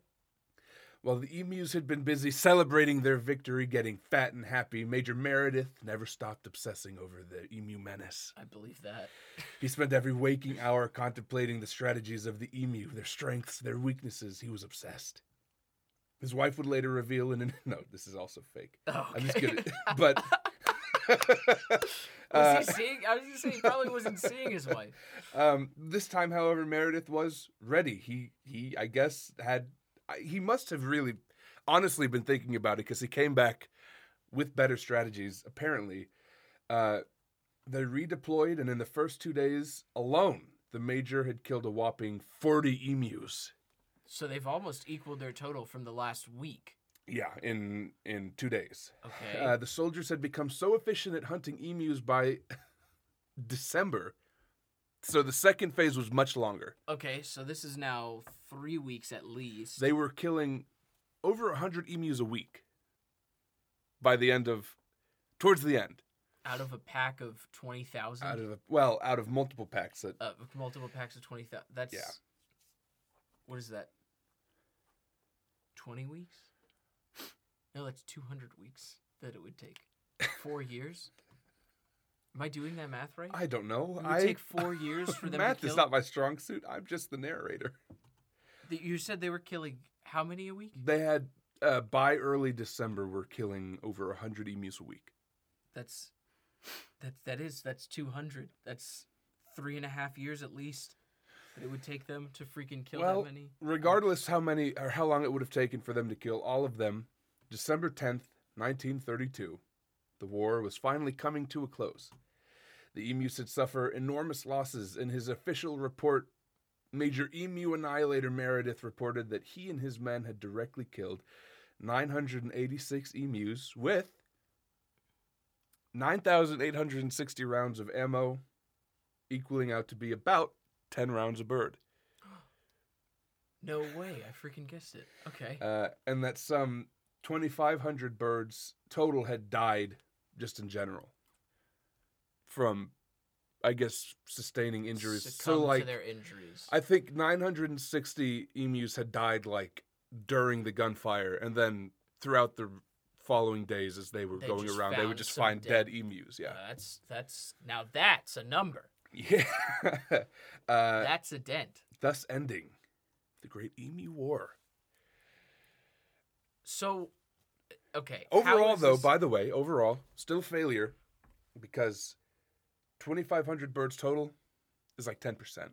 S1: While the emus had been busy celebrating their victory, getting fat and happy, Major Meredith never stopped obsessing over the emu menace.
S2: I believe that.
S1: He spent every waking hour contemplating the strategies of the emu, their strengths, their weaknesses. He was obsessed. His wife would later reveal in an no, this is also fake.
S2: Oh,
S1: I'm just
S2: okay.
S1: kidding. Uh, But
S2: was
S1: Uh,
S2: he seeing? I was just saying, he probably wasn't seeing his wife.
S1: Um, this time, however, Meredith was ready. He he, I guess, had I- he must have really, honestly, been thinking about it because he came back with better strategies. Apparently, uh, they redeployed, and in the first two days alone, the major had killed a whopping forty emus.
S2: So they've almost equaled their total from the last week.
S1: Yeah, in in two days.
S2: Okay.
S1: Uh, the soldiers had become so efficient at hunting emus by December, so the second phase was much longer.
S2: okay, so this is now three weeks at least.
S1: they were killing over 100 emus a week by the end of towards the end
S2: out of a pack of twenty thousand.
S1: out of the, well out of multiple packs that
S2: uh, with multiple packs of twenty thousand. That's
S1: Yeah.
S2: What is that? Twenty weeks? No, that's two hundred weeks that it would take. Four years. Am I doing that math right?
S1: i don't know
S2: it would
S1: i
S2: take four years for them
S1: math
S2: to kill.
S1: is not my strong suit i'm just the narrator
S2: Th- You said they were killing how many a week?
S1: they had uh, by early december were killing over 100 emus a week
S2: That's that that is that's two hundred. That's three and a half years at least. that It would take them to freaking kill
S1: Well,
S2: that many.
S1: regardless how many or how long it would have taken for them to kill all of them december 10th 1932 the war was finally coming to a close the E emus had suffered enormous losses in his official report major emu annihilator meredith reported that he and his men had directly killed 986 emus E with 9860 rounds of ammo equaling out to be about 10 rounds a bird
S2: No way! I freaking guessed it. Okay.
S1: uh, and that some 2,500 birds total had died just in general from, I guess, sustaining injuries.
S2: Succumb
S1: so, like,
S2: to their injuries.
S1: I think 960 emus had died, like, during the gunfire, and then throughout the following days as they were
S2: They
S1: going
S2: just
S1: around, they
S2: found
S1: would just
S2: some
S1: find
S2: dead-
S1: dead, emus.
S2: Uh,
S1: Yeah.
S2: that's that's now that's a number.
S1: Yeah. uh,
S2: That's a dent.
S1: thus ending the Great Emu War.
S2: So, uh, okay. how
S1: Overall,
S2: is
S1: though,
S2: this-
S1: by the way, overall, still failure because 2,500 birds total is like 10%.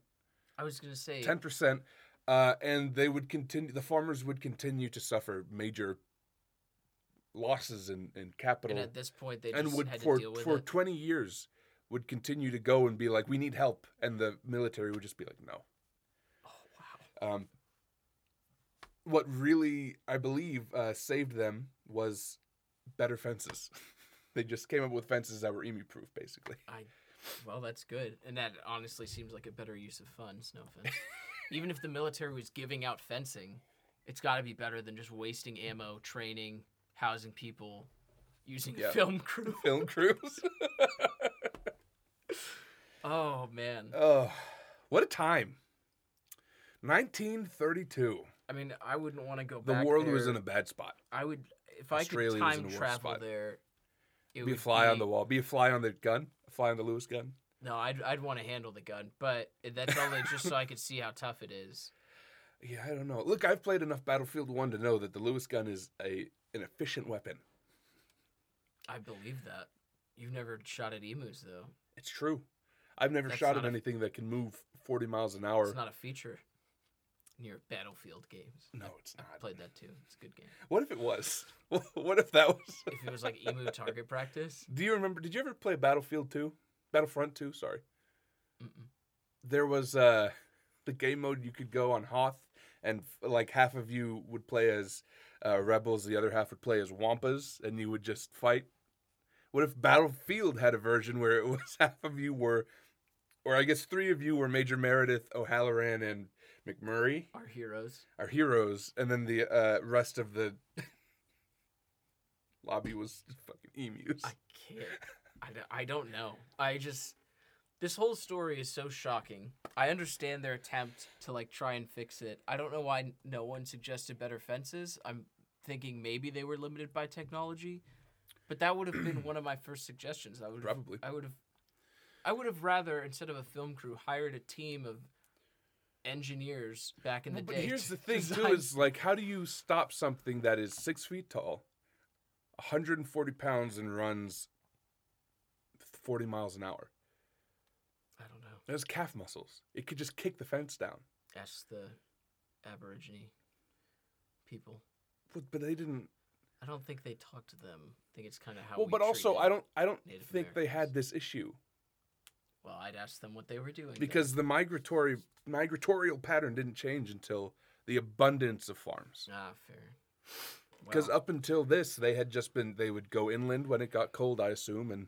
S2: I was gonna say
S1: 10%. Uh, and they would continue, the farmers would continue to suffer major losses in, in capital.
S2: And at this point, they just
S1: and would
S2: had
S1: for
S2: to deal with
S1: for
S2: it.
S1: 20 years would continue to go and be like we need help and the military would just be like no
S2: oh, wow.
S1: um, what really i believe uh, saved them was better fences they just came up with fences that were emu proof basically
S2: Well, that's good. And that honestly seems like a better use of funds, no offense. Even if the military was giving out fencing, it's got to be better than just wasting ammo, training, housing people, using a
S1: Yeah.
S2: film crew.
S1: film crews
S2: Oh, man.
S1: oh what a time 1932
S2: I mean, I wouldn't want to go
S1: the
S2: back.
S1: world was
S2: there.
S1: in a bad spot
S2: I would. If I
S1: Australia
S2: could
S1: was in
S2: time
S1: a worse
S2: travel
S1: spot.
S2: there, it
S1: be a
S2: would
S1: fly on
S2: be-
S1: the wall be a fly on the gun a fly on the lewis gun
S2: No, I'd, I'd want to handle the gun, but that's only just so I could see how tough it is.
S1: Yeah, I don't know. Look, I've played enough Battlefield One to know that the Lewis gun is a an efficient weapon.
S2: I believe that. You've never shot at emus, though.
S1: It's true. I've never
S2: That's
S1: shot
S2: not
S1: at
S2: a-
S1: anything that can move forty miles an hour.
S2: It's not a feature in your battlefield games.
S1: no, it's
S2: I
S1: not.
S2: played that too. It's a good game.
S1: What if it was? what if that was?
S2: If it was like emu target practice,
S1: Do you remember? Did you ever play Battlefield Two? Battlefront Two. Sorry.
S2: mm-mm.
S1: There was uh, the game mode you could go on Hoth, and like half of you would play as uh, rebels, the other half would play as wampas, and you would just fight. What if Battlefield had a version where it was half of you were, or I guess three of you were Major Meredith, O'Halloran, and McMurray,
S2: our heroes.
S1: our heroes, and then the uh, rest of the lobby was fucking emus.
S2: I can't. I don't, I don't know. I just. This whole story is so shocking. I understand their attempt to like try and fix it. I don't know why no one suggested better fences. I'm thinking maybe they were limited by technology, but that would have been one of my first suggestions. I would have
S1: Probably.
S2: I would have I would have rather instead of a film crew hired a team of engineers back in
S1: Well,
S2: the
S1: but
S2: day.
S1: here's
S2: to
S1: the thing too
S2: design-
S1: is like how do you stop something that is six feet tall 140 pounds and runs 40 miles an hour
S2: I don't know.
S1: it has calf muscles it could just kick the fence down
S2: Ask the aborigine people.
S1: but, but they didn't
S2: I don't think they talk to them. I think it's kind of how
S1: well
S2: we
S1: but also
S2: treated-
S1: i don't i don't
S2: Native
S1: think they had
S2: Americans.
S1: this issue
S2: Well, I'd ask them what they were doing. then.
S1: because the migratory migratorial pattern didn't change until the abundance of farms
S2: ah, fair.
S1: because
S2: Well,
S1: up until this they had just been they would go inland when it got cold i assume and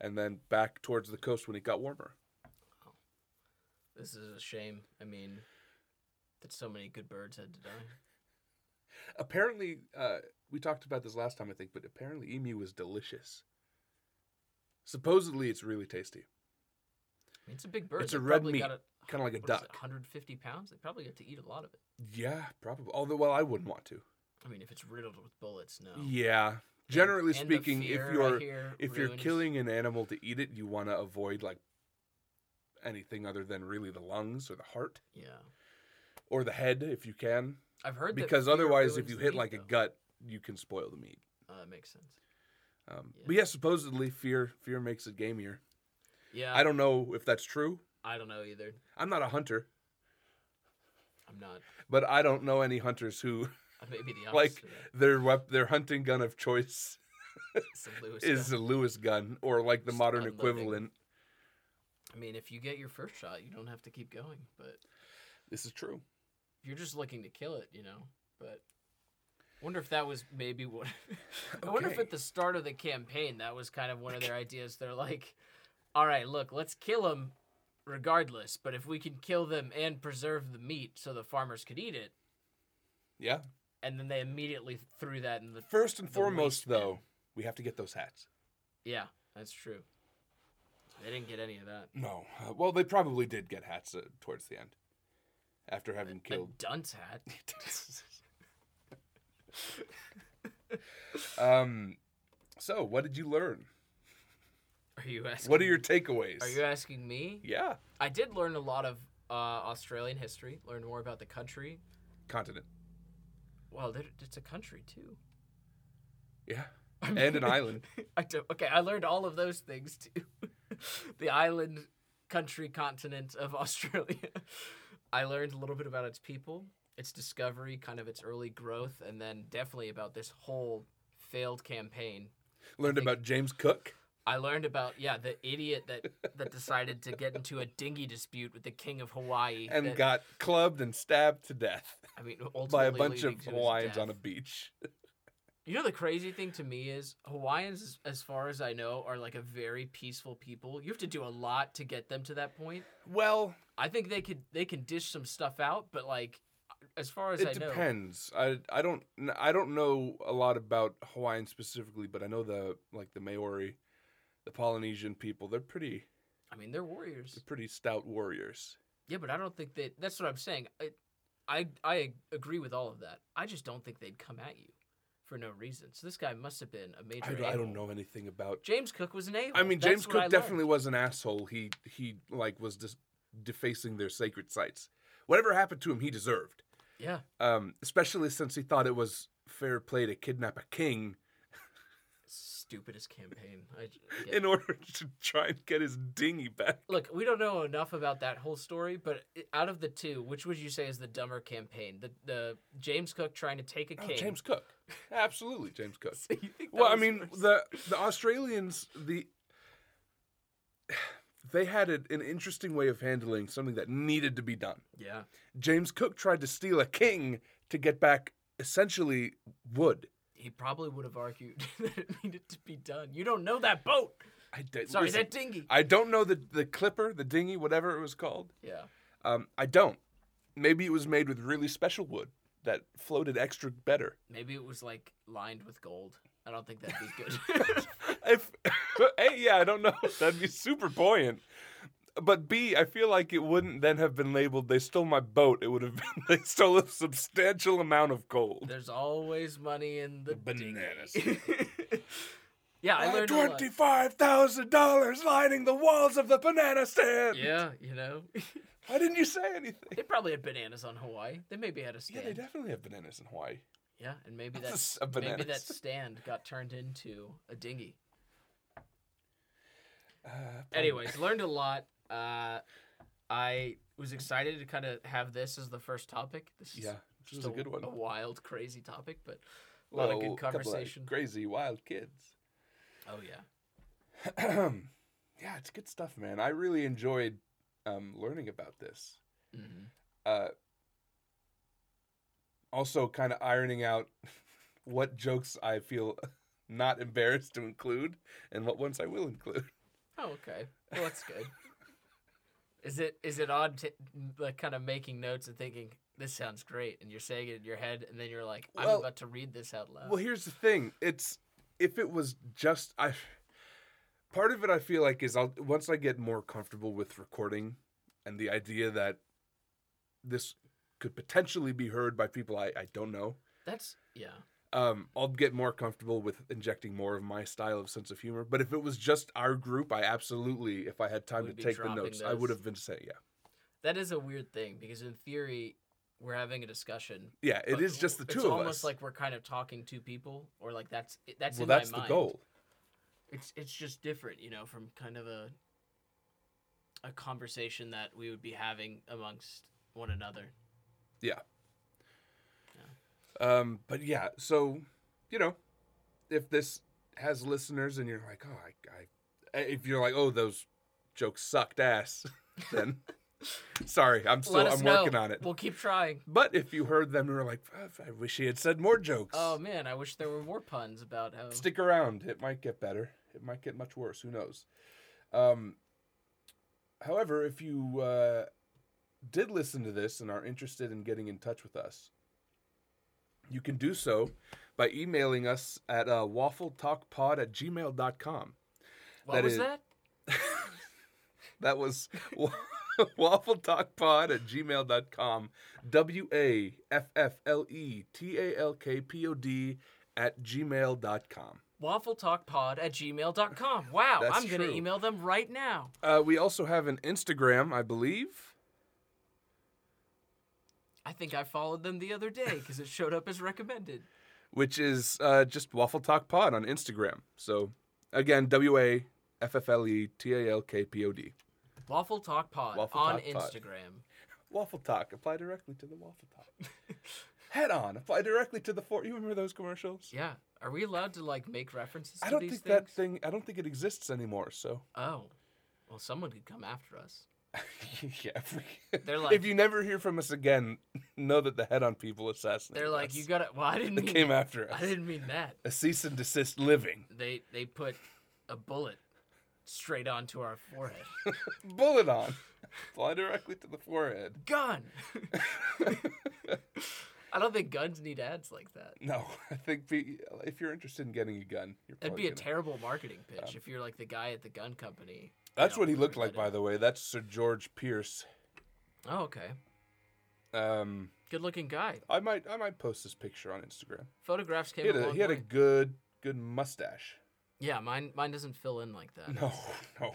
S1: and then back towards the coast when it got warmer
S2: this is a shame. I mean, that so many good birds had to die.
S1: apparently uh, we talked about this last time i think but apparently emu was delicious supposedly it's really tasty
S2: I mean, it's a big bird.
S1: It's
S2: They
S1: a red
S2: probably
S1: meat,
S2: got a-
S1: kind of like a
S2: what is it,
S1: duck
S2: 150 pounds. They probably got to eat a lot of it.
S1: yeah probably although well i wouldn't want to
S2: I mean, if it's riddled with bullets, no.
S1: yeah
S2: Oh. And-
S1: generally
S2: and the
S1: speaking if
S2: fear I
S1: you're
S2: hear
S1: if you're
S2: ruins-
S1: killing an animal to eat it you want to avoid like anything other than really the lungs or the heart
S2: yeah,
S1: or the head if you can
S2: I've heard that
S1: because
S2: fear
S1: otherwise if
S2: ruins
S1: you
S2: the
S1: hit
S2: meat,
S1: like a
S2: though.
S1: gut you can spoil the meat
S2: uh, that makes sense.
S1: um,
S2: Yeah.
S1: but yeah supposedly fear fear makes it gamier
S2: Yeah,
S1: i don't know if that's true
S2: I don't know either.
S1: I'm not a hunter,
S2: I'm not.
S1: but I don't know any hunters who
S2: I may be the opposite.
S1: Like,
S2: of that.
S1: their wep- their hunting gun of choice
S2: It's a Lewis
S1: is
S2: gun.
S1: a Lewis gun or like the
S2: Just
S1: modern
S2: unloading.
S1: equivalent.
S2: I mean, if you get your first shot, you don't have to keep going. But
S1: This is true.
S2: you're just looking to kill it, you know. But I wonder if that was maybe what. I wonder if
S1: Okay.
S2: at the start of the campaign that was kind of one of their ideas. They're like, "All right, look, let's kill them, regardless. But if we can kill them and preserve the meat so the farmers could eat it."
S1: Yeah.
S2: And then they immediately threw that in the
S1: First and
S2: The
S1: foremost,
S2: waste bin.
S1: though, we have to get those hats.
S2: yeah. That's true. They didn't get any of that.
S1: No. Uh, well, they probably did get hats uh, towards the end after having
S2: A
S1: killed.
S2: dunce hat.
S1: Um, so, what did you learn?
S2: Are you asking?
S1: What are your takeaways?
S2: Are you asking me?
S1: yeah,
S2: I did learn a lot of uh, Australian history. Learned more about the country.
S1: continent.
S2: Well, there- it's a country too.
S1: Yeah,
S2: I
S1: and an
S2: mean-
S1: island.
S2: I don't, okay, I learned all of those things too. the island, country, continent of Australia. I learned a little bit about its people, its discovery, kind of its early growth, and then definitely about this whole failed campaign.
S1: Learned
S2: think-
S1: about James Cook.
S2: I learned about yeah the idiot that that decided to get into a dinghy dispute with the king of Hawaii
S1: and
S2: that-
S1: got clubbed and stabbed to death
S2: I mean
S1: by
S2: ultimately
S1: a bunch
S2: leading
S1: of
S2: to his
S1: Hawaiians
S2: death.
S1: on a beach.
S2: You know the crazy thing to me is Hawaiians, as- as far as I know, are like a very peaceful people. You have to do a lot to get them to that point.
S1: Well,
S2: I think they could they can dish some stuff out, but like as far as
S1: it
S2: I know,
S1: depends. I I don't kn- I don't know a lot about Hawaiian specifically, but I know the like the Maori, the Polynesian people. They're pretty
S2: I mean they're warriors.
S1: they're pretty stout warriors.
S2: Yeah, but I don't think that that's what I'm saying. I, I I agree with all of that. I just don't think they'd come at you for no reason. So this guy must have been a major.
S1: I, d- I
S2: a-hole.
S1: don't know anything about.
S2: James Cook was an a.
S1: I mean, James Cook definitely was an asshole. He he like was just defacing their sacred sites. Whatever happened to him, he deserved.
S2: Yeah.
S1: Um, especially since he thought it was fair play to kidnap a king
S2: Stupidest campaign. I, I get
S1: in order to try and get his dinghy back.
S2: look, we don't know enough about that whole story, but i- out of the two, which would you say is the dumber campaign? The the James Cook trying to take a
S1: Oh,
S2: king.
S1: James Cook. Absolutely, James Cook.
S2: So you think that
S1: well, I
S2: was
S1: mean,
S2: worse?
S1: the the Australians the they had an, an interesting way of handling something that needed to be done.
S2: yeah,
S1: James Cook tried to steal a king to get back essentially wood.
S2: he probably would have argued that it needed to be done. You don't know that boat.
S1: I did,
S2: Sorry,
S1: listen,
S2: that dinghy.
S1: I don't know the the clipper, the dinghy, whatever it was called.
S2: yeah,
S1: Um, I don't. Maybe it was made with really special wood that floated extra better.
S2: maybe it was like lined with gold. I don't think that'd be good.
S1: if a yeah i don't know that'd be super buoyant but b i feel like it wouldn't then have been labeled they stole my boat it would have been they stole a substantial amount of gold
S2: There's always money in the,
S1: The
S2: dinghy.
S1: bananas.
S2: yeah, I learned a lot.
S1: $25,000 lining the walls of the banana stand.
S2: Yeah, you know,
S1: Why didn't you say anything?
S2: they probably had bananas on Hawaii. They maybe had a
S1: Yeah,
S2: stand.
S1: they definitely have bananas in Hawaii.
S2: Yeah, and maybe that
S1: That's a banana.
S2: maybe that stand got turned into a dinghy.
S1: Uh, probably.
S2: Anyways, learned a lot. Uh, I was excited to kind of have this as the first topic. This is
S1: Yeah, this was a good one.
S2: A wild, crazy topic, but a lot of
S1: Well,
S2: good
S1: couple of
S2: conversation.
S1: crazy, wild kids.
S2: Oh yeah,
S1: yeah, it's good stuff, man. I really enjoyed um, learning about this.
S2: Mhm.
S1: Uh, also, kind of ironing out what jokes I feel not embarrassed to include and what ones I will include.
S2: Oh okay. Well, that's good. is it is it odd to like kind of making notes and thinking this sounds great, and you're saying it in your head, and then you're like, I'm
S1: Well-
S2: about to read this out loud.
S1: Well, here's the thing: it's if it was just I. Part of it I feel like is I'll once I get more comfortable with recording, and the idea that this could potentially be heard by people I, I don't know.
S2: that's yeah.
S1: um, I'll get more comfortable with injecting more of my style of sense of humor. But if it was just our group, I absolutely, if I had time
S2: Would
S1: to
S2: be
S1: take the
S2: dropping
S1: notes, I
S2: those.
S1: would have been saying, yeah,
S2: That is a weird thing because in theory, we're having a discussion.
S1: yeah. It
S2: but
S1: is just the two
S2: it's
S1: of
S2: almost
S1: us.
S2: like we're kind of talking to people, or like that's it- that's
S1: well,
S2: in
S1: that's
S2: my
S1: the
S2: mind.
S1: goal.
S2: It's it's just different, you know, from kind of a a conversation that we would be having amongst one another.
S1: Um, but yeah, so you know, if this has listeners and you're like, oh, I, I if you're like, oh, those jokes sucked ass, then sorry, I'm still
S2: Let us
S1: I'm
S2: know.
S1: working on it.
S2: We'll keep trying.
S1: But if you heard them and were like, "Ah, I wish he had said more jokes.
S2: Oh man, I wish there were more puns about how.
S1: stick around. It might get better. It might get much worse. Who knows? Um, however, if you uh, did listen to this and are interested in getting in touch with us, you can do so by emailing us at uh, waffletalkpod at gmail.com.
S2: what
S1: that
S2: was
S1: is-
S2: that?
S1: That was wa- waffletalkpod at gmail.com. W A F F L E T A L K P O D at gmail.com.
S2: waffletalkpod at gmail.com. Wow,
S1: That's
S2: I'm going to
S1: true.
S2: email them right now.
S1: Uh, we also have an Instagram, I believe.
S2: I think I followed them the other day because it showed up as recommended.
S1: which is uh, just Waffle Talk Pod on Instagram. So again, W A F F L E T A L K P O D.
S2: Waffle Talk Pod
S1: Waffle
S2: on
S1: Talk Pod.
S2: Instagram.
S1: Waffle Talk. Apply directly to the Waffle Talk. Head on. Apply directly to the four. You remember those commercials?
S2: Yeah. Are we allowed to like make references to
S1: I don't
S2: these
S1: think
S2: things?
S1: that thing. I don't think it exists anymore. So
S2: Oh. Well, someone could come after us.
S1: yeah. If, we-
S2: They're
S1: if
S2: like-
S1: you never hear from us again, know that the Head on people assassinated.
S2: They're like,
S1: us.
S2: you got to Well, I didn't
S1: They
S2: mean
S1: came
S2: that.
S1: after
S2: I
S1: us.
S2: didn't mean that.
S1: A cease and desist living.
S2: They they put a bullet straight onto our forehead.
S1: Bullet on. Apply directly to the forehead.
S2: Gun. I don't think guns need ads like that.
S1: No, I think be, if you're interested in getting a gun, you're
S2: That'd
S1: probably
S2: be a
S1: gonna-
S2: terrible marketing pitch if you're like the guy at the gun company.
S1: That's
S2: know,
S1: what he looked
S2: whoever
S1: like,
S2: that
S1: by the way. That's Sir George Pierce.
S2: Oh, okay.
S1: Um,
S2: Good looking guy.
S1: I might I might post this picture on Instagram.
S2: Photographs came
S1: He had
S2: a
S1: a,
S2: long
S1: he had a
S2: way.
S1: good good mustache.
S2: Yeah, mine mine doesn't fill in like that.
S1: No, no.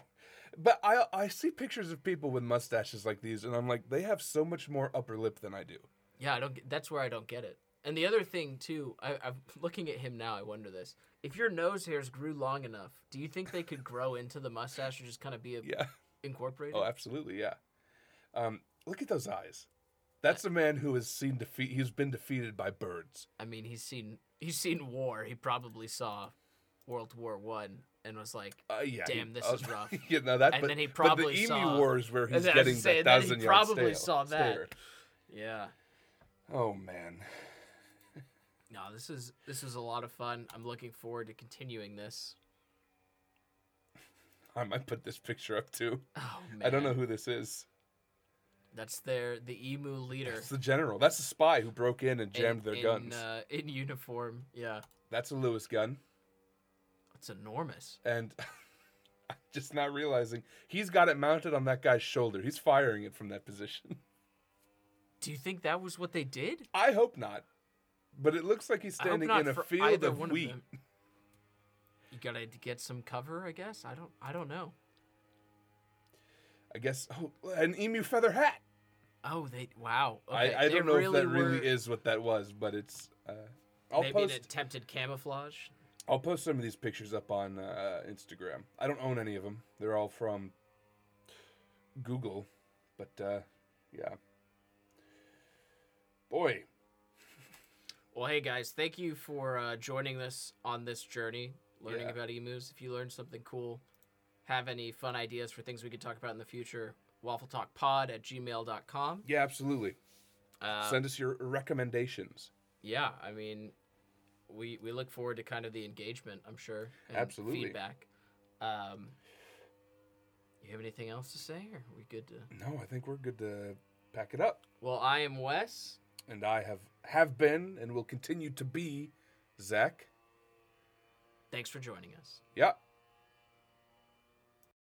S1: But I I see pictures of people with mustaches like these, and I'm like, they have so much more upper lip than I do.
S2: Yeah, I don't. get- That's where I don't get it. And the other thing too, I, I'm looking at him now. I wonder this: if your nose hairs grew long enough, do you think they could grow into the mustache or just kind of be a,
S1: Yeah.
S2: incorporated?
S1: Oh, absolutely. Yeah. Um, look at those eyes. That's a man who has seen defeat. He's been defeated by birds.
S2: I mean, he's seen he's seen war. He probably saw World War One and was like,
S1: Uh, yeah. he-
S2: Damn, this
S1: oh,
S2: is rough.
S1: yeah, no, that.
S2: And
S1: but,
S2: then he
S1: but
S2: probably
S1: the Emu
S2: saw-
S1: Wars, where he's
S2: As I was
S1: getting
S2: saying,
S1: that
S2: that he
S1: thousand yard
S2: probably
S1: stale-
S2: saw that.
S1: stare.
S2: "Yeah,
S1: Oh man.
S2: no, this is this is a lot of fun. I'm looking forward to continuing this."
S1: I might put this picture up too.
S2: Oh man,
S1: I don't know who this is.
S2: That's their the emu leader
S1: It's the general. That's the spy who broke in and
S2: in-
S1: jammed their
S2: in,
S1: guns.
S2: uh, in uniform. Yeah,
S1: That's a Lewis gun,
S2: it's enormous.
S1: and I'm just not realizing he's got it mounted on that guy's shoulder. He's firing it from that position.
S2: Do you think that was what they did?
S1: I hope not, but it looks like he's
S2: I hope
S1: standing
S2: not
S1: in a
S2: for
S1: field
S2: either
S1: of
S2: one
S1: wheat.
S2: them. You gotta get some cover, I guess. I don't. I don't know.
S1: I guess oh, an emu feather hat.
S2: Oh, they. Wow. Okay.
S1: I, I
S2: they
S1: don't know if that
S2: were-
S1: really is what that was, but it's. Uh, I'll
S2: Maybe
S1: post.
S2: an attempted camouflage.
S1: I'll post some of these pictures up on uh, Instagram. I don't own any of them. They're all from Google, but uh, yeah. Boy,
S2: Well, hey guys, thank you for uh, joining us on this journey, learning
S1: Yeah.
S2: about emus. If you learned something cool, have any fun ideas for things we could talk about in the future, waffletalkpod at gmail.com.
S1: yeah, absolutely.
S2: Uh,
S1: Send us your recommendations.
S2: yeah, I mean, we we look forward to kind of the engagement. I'm sure. and
S1: Absolutely.
S2: Feedback. Um, you have anything else to say? Or are we good to?
S1: No, I think we're good to pack it up.
S2: Well, I am Wes.
S1: And I have have been and will continue to be Zach.
S2: Thanks for joining us.
S1: Yeah.